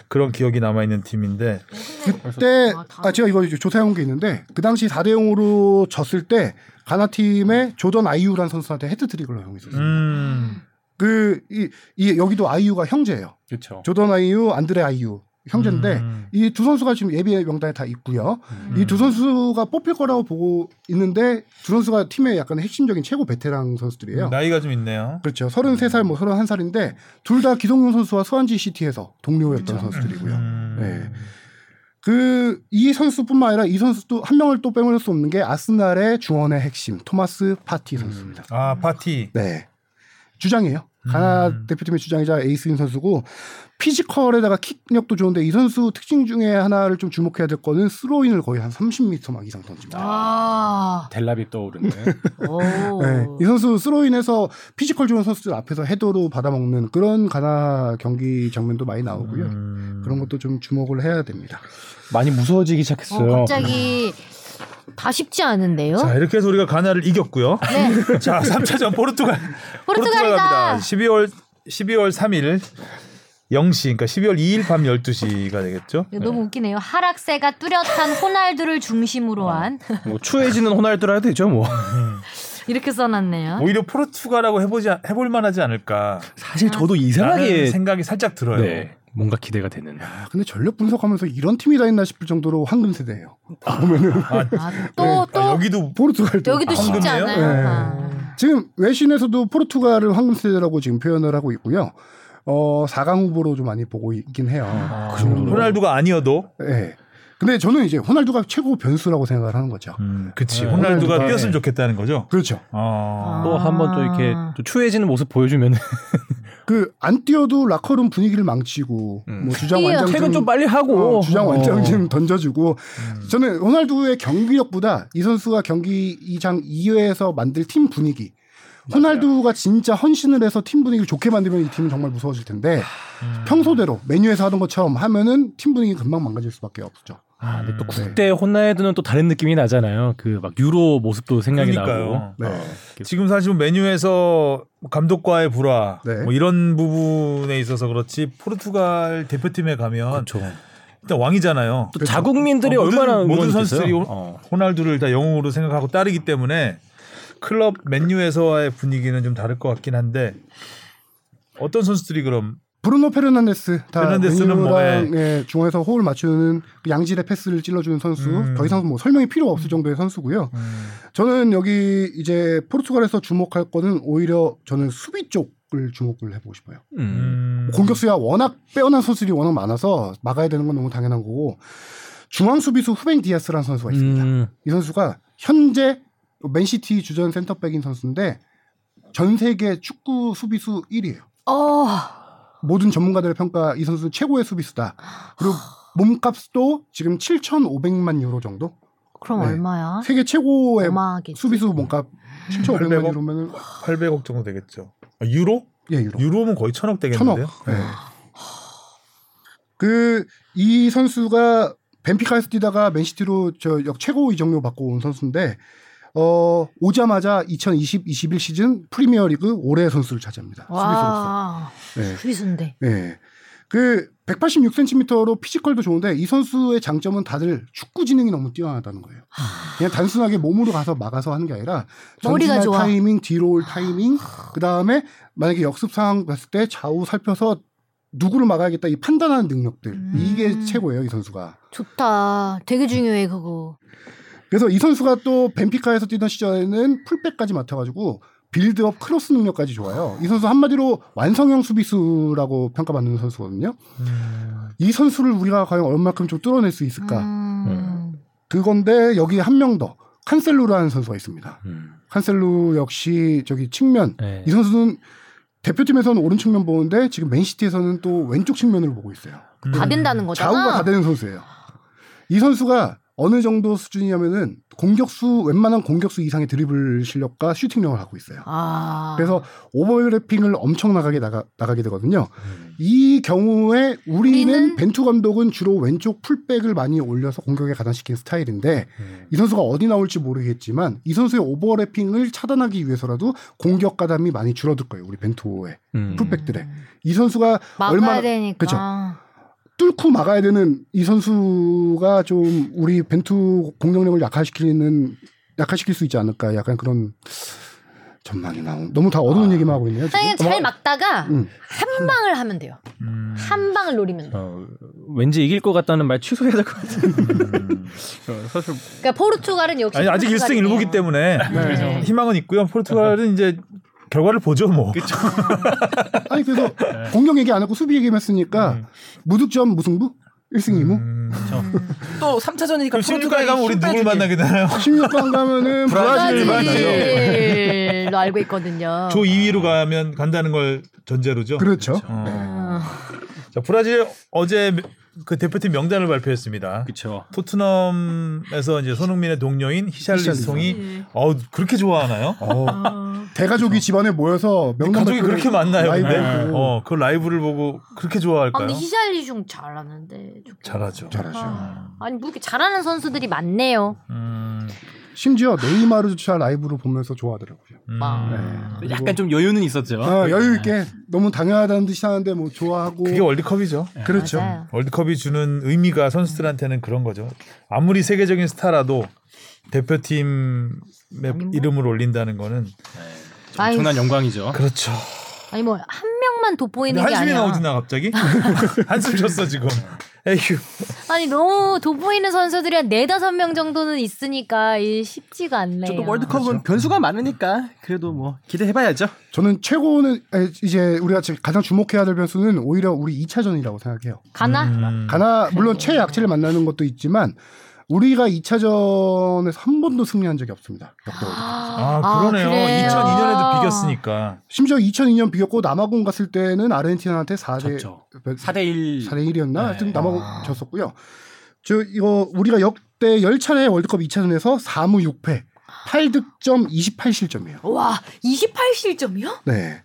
Speaker 2: 그런 기억이 남아 있는 팀인데
Speaker 4: 그때
Speaker 2: 그렇죠.
Speaker 5: 아, 다-
Speaker 4: 아 제가 이거 이제 조사해온 게 있는데 그 당시 4대 0으로 졌을 때 가나 팀의 조던 아이유라는 선수한테 헤드트릭을 허용했었어요.
Speaker 2: 음,
Speaker 4: 그이 이, 여기도 아이유가 형제예요.
Speaker 6: 그렇죠.
Speaker 4: 조던 아이유, 안드레 아이유 형제인데
Speaker 2: 음.
Speaker 4: 이 두 선수가 지금 예비 명단에 다 있고요. 이 두 선수가 뽑힐 거라고 보고 있는데 두 선수가 팀의 약간 핵심적인 최고 베테랑 선수들이에요.
Speaker 2: 나이가 좀 있네요.
Speaker 4: 그렇죠. 33살, 뭐 31살인데 둘 다 기동용 선수와 수완지 시티에서 동료였던 선수들이고요.
Speaker 2: 그렇죠. 음.
Speaker 4: 네. 그 이 선수뿐만 아니라 이 선수도 한 명을 또 빼놓을 수 없는 게 아스날의 중원의 핵심 토마스 파티 선수입니다.
Speaker 2: 아 파티
Speaker 4: 네. 주장이에요. 가나
Speaker 2: 음.
Speaker 4: 대표팀의 주장이자 에이스인 선수고 피지컬에다가 킥력도 좋은데 이 선수 특징 중에 하나를 좀 주목해야 될 거는 스로인을 거의 한 30m 막 이상 던집니다.
Speaker 2: 아.
Speaker 5: 와.
Speaker 6: 델라비 떠오르네.
Speaker 5: 오.
Speaker 4: 네, 이 선수 스로인에서 피지컬 좋은 선수들 앞에서 헤더로 받아먹는 그런 가나 경기 장면도 많이 나오고요.
Speaker 2: 음.
Speaker 4: 그런 것도 좀 주목을 해야 됩니다.
Speaker 6: 많이 무서워지기
Speaker 5: 어,
Speaker 6: 시작했어요.
Speaker 4: 그렇죠.
Speaker 5: 갑자기 다 쉽지 않은데요.
Speaker 2: 자 이렇게 해서 우리가 가나를 이겼고요.
Speaker 5: 네.
Speaker 2: 자 3차전 포르투갈
Speaker 5: 포르투갈이다.
Speaker 2: 12월 12월 3일 0시 그러니까 12월 2일 밤 12시가 되겠죠.
Speaker 5: 이거 너무 웃기네요. 하락세가 뚜렷한 호날두를
Speaker 4: 어.
Speaker 5: 중심으로 한
Speaker 6: 뭐 추해지는 호날두라 해도 되죠, 뭐.
Speaker 5: 이렇게 써놨네요.
Speaker 4: 뭐,
Speaker 2: 오히려 포르투갈하고 해보지 해볼 만하지 않을까
Speaker 6: 사실 저도
Speaker 2: 라는
Speaker 6: 이상하게
Speaker 2: 생각이 살짝 들어요.
Speaker 6: 네, 뭔가 기대가 되는.
Speaker 4: 아, 근데 전력 분석하면서 이런 팀이 다 있나 싶을 정도로 황금 세대예요. 보면은 네.
Speaker 5: 아, 또,
Speaker 2: 아,
Speaker 5: 또,
Speaker 2: 여기도
Speaker 4: 포르투갈도
Speaker 5: 여기도 쉽지
Speaker 2: 황금이에요?
Speaker 5: 않아요.
Speaker 4: 네.
Speaker 5: 아.
Speaker 4: 지금 외신에서도 포르투갈을 황금 세대라고 지금 표현을 하고 있고요. 어, 4강 후보로 좀 많이 보고 있긴 해요. 그 정도로.
Speaker 2: 호날두가 아니어도
Speaker 4: 네. 근데 저는 이제 호날두가 최고 변수라고 생각을 하는 거죠.
Speaker 2: 그치
Speaker 6: 네.
Speaker 2: 호날두가
Speaker 4: 호날두가,
Speaker 2: 뛰었으면
Speaker 4: 네.
Speaker 2: 좋겠다는 거죠.
Speaker 4: 그렇죠.
Speaker 2: 아.
Speaker 5: 아.
Speaker 6: 또 한 번 또 이렇게 또 추해지는 모습 보여주면
Speaker 4: 그 안 뛰어도 라커룸 분위기를 망치고
Speaker 6: 음.
Speaker 4: 뭐 주장
Speaker 5: 뛰어.
Speaker 4: 완장
Speaker 6: 퇴근 좀 빨리 하고
Speaker 4: 어, 주장
Speaker 6: 어.
Speaker 4: 완장 좀 던져주고 저는 호날두의 경기력보다 이 선수가 경기 이장 이외에서 만들 팀 분위기 호날두가 진짜 헌신을 해서 팀 분위기를 좋게 만들면 이 팀은 정말 무서워질 텐데 평소대로 메뉴에서 하던 것처럼 하면은 팀 분위기 금방 망가질 수밖에 없죠.
Speaker 6: 아, 근데 또
Speaker 4: 네.
Speaker 6: 국대 혼나에드는 또 다른 느낌이 나잖아요. 그 막 유로 모습도 생각이 나고.
Speaker 2: 그러니까요.
Speaker 4: 네.
Speaker 2: 지금 사실 뭐 메뉴에서 감독과의 불화
Speaker 4: 네.
Speaker 2: 뭐 이런 부분에 있어서 그렇지 포르투갈 대표팀에 가면 일단 왕이잖아요.
Speaker 6: 또 그렇죠. 자국민들이
Speaker 2: 어,
Speaker 6: 얼마나
Speaker 2: 모든
Speaker 6: 응원했겠어요?
Speaker 2: 선수들이 호-
Speaker 6: 어.
Speaker 2: 호날두를 다 영웅으로 생각하고 따르기 때문에 클럽 맨유에서와의 분위기는 좀 다를 것 같긴 한데 어떤 선수들이 그럼
Speaker 4: 브루노 페르난데스 다
Speaker 2: 페르난데스는 뭐,
Speaker 4: 맨유랑, 예, 중앙에서 호흡을 맞추는 그 양질의 패스를 찔러주는 선수
Speaker 2: 음.
Speaker 4: 더 이상 뭐 설명이 필요 없을 정도의 선수고요. 저는 여기 이제 포르투갈에서 주목할 거는 오히려 저는 수비 쪽을 주목을 해보고 싶어요.
Speaker 6: 음.
Speaker 2: 음,
Speaker 4: 공격수야 워낙 빼어난 선수들이 워낙 많아서 막아야 되는 건 너무 당연한 거고 중앙 수비수 후벤 디아스라는 선수가 있습니다.
Speaker 6: 음.
Speaker 4: 이 선수가 현재 맨시티 주전 센터백인 선수인데 전 세계 축구 수비수 1위예요.
Speaker 5: 어,
Speaker 4: 모든 전문가들의 평가 이 선수 최고의 수비수다. 그리고 몸값도 지금 7,500만 유로 정도.
Speaker 5: 그럼
Speaker 4: 네.
Speaker 5: 얼마야?
Speaker 4: 세계 최고의
Speaker 5: 아? 어마하게.
Speaker 4: 수비수 몸값 7,500만
Speaker 2: 800억?
Speaker 4: 유로면은
Speaker 2: 800억 정도 되겠죠. 아, 유로?
Speaker 4: 예 유로.
Speaker 2: 유로면 거의 천억 되겠는데요. 네.
Speaker 4: 천억. 아. 그 이 선수가 벤피카에서 뛰다가 맨시티로 저 역 최고 이적료 받고 온 선수인데 어 오자마자 2020-21 시즌 프리미어리그 올해 선수를 차지합니다. 수비수로서.
Speaker 5: 와,
Speaker 4: 네.
Speaker 5: 수비수인데.
Speaker 4: 예. 그 186cm로 피지컬도 좋은데 이 선수의 장점은 다들 축구 지능이 너무 뛰어나다는 거예요. 그냥 단순하게 몸으로 가서 막아서 하는 게 아니라
Speaker 1: 아. 머리가
Speaker 4: 전진할
Speaker 1: 좋아.
Speaker 4: 타이밍, 뒤로 올 타이밍, 그 다음에 만약에 역습 상황 봤을 때 좌우 살펴서 누구를 막아야겠다 이 판단하는 능력들 이게
Speaker 1: 음.
Speaker 4: 최고예요 이 선수가.
Speaker 1: 좋다. 되게 중요해 그거.
Speaker 4: 그래서 이 선수가 또 benfic아에서 뛰던 시절에는 풀백까지 맡아가지고 빌드업 크로스 능력까지 좋아요. 이 선수 한마디로 완성형 수비수라고 평가받는 선수거든요. 이 선수를 우리가 과연 얼마큼 좀 뚫어낼 수 있을까?
Speaker 1: 음.
Speaker 4: 네. 그건데 여기 한 명 더. 칸셀루라는 선수가 있습니다.
Speaker 7: 음.
Speaker 4: 칸셀루 역시 저기 측면.
Speaker 7: 네.
Speaker 4: 이 선수는 대표팀에서는 오른 측면 보는데 지금 맨시티에서는 또 왼쪽 측면을 보고 있어요.
Speaker 2: 음.
Speaker 1: 다 된다는
Speaker 4: 음. 좌우가
Speaker 1: 거잖아.
Speaker 4: 다 되는 선수예요. 이 선수가 어느 정도 수준이냐면은 공격수 웬만한 공격수 이상의 드리블 실력과 슈팅력을 갖고 있어요.
Speaker 1: 아.
Speaker 4: 그래서 오버래핑을 엄청나게 나가, 나가게 되거든요. 이 경우에 우리는
Speaker 1: 우리는-
Speaker 4: 벤투 감독은 주로 왼쪽 풀백을 많이 올려서 공격에 가담시킨 스타일인데 이 선수가 어디 나올지 모르겠지만 이 선수의 오버래핑을 차단하기 위해서라도 공격 가담이 많이 줄어들 거예요. 우리 벤투의
Speaker 7: 음.
Speaker 4: 풀백들에 이 선수가
Speaker 1: 막아야
Speaker 4: 얼마나
Speaker 1: 되니까.
Speaker 4: 그쵸. 뚫고 막아야 되는 이 선수가 좀 우리 벤투 공격력을 약화시키는 약화시킬 수 있지 않을까 약간 그런 전망이 나오. 너무 다 어두운
Speaker 2: 아.
Speaker 4: 얘기만 하고 있네요. 지금.
Speaker 1: 그냥 잘 막다가
Speaker 4: 음.
Speaker 1: 한 방을 하면 돼요.
Speaker 2: 음.
Speaker 1: 한 방을 노리면 돼. 요
Speaker 7: 어, 왠지 이길 것 같다는 말 취소해야 될 것 같은.
Speaker 2: 어,
Speaker 7: 사실
Speaker 1: 그러니까 포르투갈은 역시
Speaker 2: 아니 아직 1승 1무기 때문에
Speaker 1: 네.
Speaker 2: 희망은 있고요. 포르투갈은 이제 결과를 보죠 뭐.
Speaker 4: 아니 그래서
Speaker 2: 네.
Speaker 4: 공격 얘기 안 하고 수비 얘기만 했으니까 무득점 무승부 1승 2무
Speaker 2: 음.
Speaker 3: 또 3차전이니까
Speaker 2: 그럼 16강에 가면 우리 누굴 만나게 되나요?
Speaker 4: 16강 가면은 브라질 만나요.
Speaker 1: 브라질로 알고 있거든요. 어.
Speaker 2: 조 2위로 가면 간다는 걸 전제로죠.
Speaker 4: 그렇죠.
Speaker 2: 어.
Speaker 1: 음.
Speaker 2: 자, 브라질 어제 그 대표팀 명단을 발표했습니다.
Speaker 7: 그렇죠.
Speaker 2: 토트넘에서 이제 손흥민의 동료인 히샬리송이 어 그렇게 좋아하나요?
Speaker 4: 어, 대가족이 집안에 모여서 명단
Speaker 2: 가족이
Speaker 4: 발표를
Speaker 2: 그렇게 많나요?
Speaker 4: 라이브
Speaker 2: 근데
Speaker 4: 보고
Speaker 2: 어, 그 라이브를 보고 그렇게
Speaker 1: 아, 근데
Speaker 2: 좋아할까요?
Speaker 1: 히샬리 좀 잘하는데. 좀.
Speaker 2: 잘하죠.
Speaker 4: 잘하죠.
Speaker 1: 아, 아니 뭐 이렇게 잘하는 선수들이 많네요.
Speaker 2: 음,
Speaker 4: 심지어 네이마르조차 라이브로 보면서 좋아하더라고요.
Speaker 2: 음.
Speaker 1: 막.
Speaker 4: 네.
Speaker 7: 약간 좀 여유는
Speaker 2: 어?
Speaker 7: 있었죠. 네.
Speaker 4: 아, 여유 있게 너무 당연하다는 듯이 하는데 뭐 좋아하고
Speaker 2: 네. 그게 월드컵이죠.
Speaker 4: 그렇죠.
Speaker 1: 맞아요.
Speaker 2: 네. 월드컵이 주는 의미가 선수들한테는 그런 거죠. 아무리 세계적인 스타라도 대표팀의 이름을 올린다는 거는
Speaker 1: 아이,
Speaker 7: 엄청난 영광이죠.
Speaker 2: 그렇죠.
Speaker 1: 아니 뭐 한 명만
Speaker 2: 근데
Speaker 1: 돋보이는 게
Speaker 2: 한숨이
Speaker 1: 아니야.
Speaker 2: 나오지나 갑자기? 한숨 쳤어 지금. 에휴.
Speaker 1: 아니 너무 돋보이는 선수들이 한 네다섯 명 정도는 있으니까 이 쉽지가 않네요.
Speaker 3: 저도 월드컵은
Speaker 2: 그렇죠.
Speaker 3: 변수가 많으니까 그래도 뭐 기대해봐야죠.
Speaker 4: 저는 최고는 에, 이제 우리가 지금 가장 주목해야 될 변수는 오히려 우리 2차전이라고 생각해요.
Speaker 1: 가나?
Speaker 2: 음.
Speaker 4: 가나 물론 최약체를 만나는 것도 있지만 우리가 2차전에서 한 번도 승리한 적이 없습니다. 역대 월드컵.
Speaker 1: 아,
Speaker 2: 아 그러네요.
Speaker 1: 그래요.
Speaker 2: 2002년에도 비겼으니까.
Speaker 4: 심지어 2002년 비겼고 남아공 갔을 때는 아르헨티나한테
Speaker 2: 네.
Speaker 4: 4대
Speaker 7: 졌죠.
Speaker 4: 4대
Speaker 3: 4대1.
Speaker 4: 1이었나? 하여튼 남아공 졌었고요. 저 이거 우리가 역대 10차례 월드컵 2차전에서 4무 6패 8득점 28실점이에요.
Speaker 1: 와 28실점이요?
Speaker 4: 네.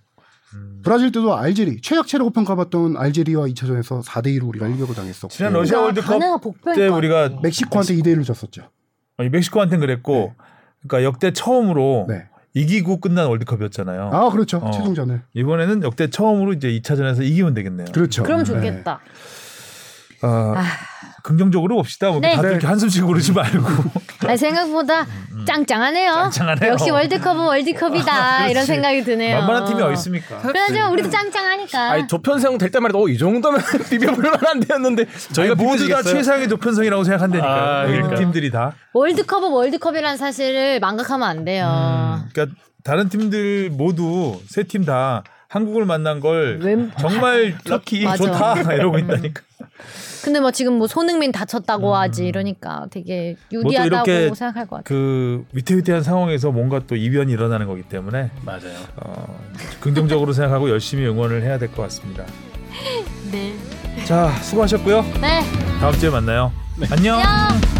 Speaker 1: 음.
Speaker 4: 브라질 때도 알제리 최약체라고 평가받던 알제리와 2차전에서 4대 1로 우리가 일격을 당했었고
Speaker 2: 지난 러시아 월드컵
Speaker 1: 가나가 복병일
Speaker 2: 때
Speaker 1: 것
Speaker 3: 네.
Speaker 2: 우리가
Speaker 4: 멕시코한테 2대 1로 졌었죠.
Speaker 2: 아니, 멕시코한테는 그랬고,
Speaker 3: 네.
Speaker 2: 그러니까 역대 처음으로
Speaker 4: 네.
Speaker 2: 이기고 끝난 월드컵이었잖아요.
Speaker 4: 아 그렇죠.
Speaker 2: 어.
Speaker 4: 최종전을.
Speaker 2: 이번에는 역대 처음으로 이제 2차전에서 이기면 되겠네요.
Speaker 4: 그렇죠.
Speaker 1: 그럼
Speaker 4: 네.
Speaker 1: 좋겠다.
Speaker 2: 아, 긍정적으로 봅시다. 뭐
Speaker 1: 네.
Speaker 2: 다들 이렇게 한숨 쉬고 그러지 말고.
Speaker 1: 아니, 생각보다 짱짱하네요.
Speaker 2: 짱짱하네요.
Speaker 1: 아,
Speaker 2: 아,
Speaker 1: 역시 월드컵은 월드컵이다 이런 생각이 드네요.
Speaker 2: 만만한 팀이 어디 있습니까?
Speaker 1: 그러죠. 우리도 짱짱하니까.
Speaker 3: 아니 저편성 될 때만 해도 어, 이 정도면 비벼볼만 안 되었는데
Speaker 2: 저희가
Speaker 3: 저희가
Speaker 2: 모두 다
Speaker 3: 비틀리겠어요?
Speaker 2: 최상의 조편성이라고 생각한다니까요.
Speaker 3: 아,
Speaker 2: 여기
Speaker 3: 그러니까요.
Speaker 2: 팀들이 다.
Speaker 1: 월드컵은 월드컵이라는 사실을 망각하면 안 돼요. 아.
Speaker 2: 그러니까 다른 팀들 모두 세 팀 다 한국을 만난 걸
Speaker 1: 웬-
Speaker 2: 정말 럭키
Speaker 1: 맞아.
Speaker 2: 좋다 이러고 있다니까.
Speaker 1: 근데 뭐 지금 뭐 손흥민 다쳤다고 하지 이러니까 되게 유리하다고
Speaker 2: 음. 뭐 이렇게
Speaker 1: 생각할 것 같아요.
Speaker 2: 그 위태위태한 상황에서 뭔가 또 이변이 일어나는 거기 때문에
Speaker 7: 맞아요.
Speaker 2: 어, 긍정적으로 생각하고 열심히 응원을 해야 될 것 같습니다.
Speaker 1: 네.
Speaker 2: 자 수고하셨고요.
Speaker 1: 네.
Speaker 2: 다음 주에 만나요. 네. 안녕.
Speaker 1: 안녕.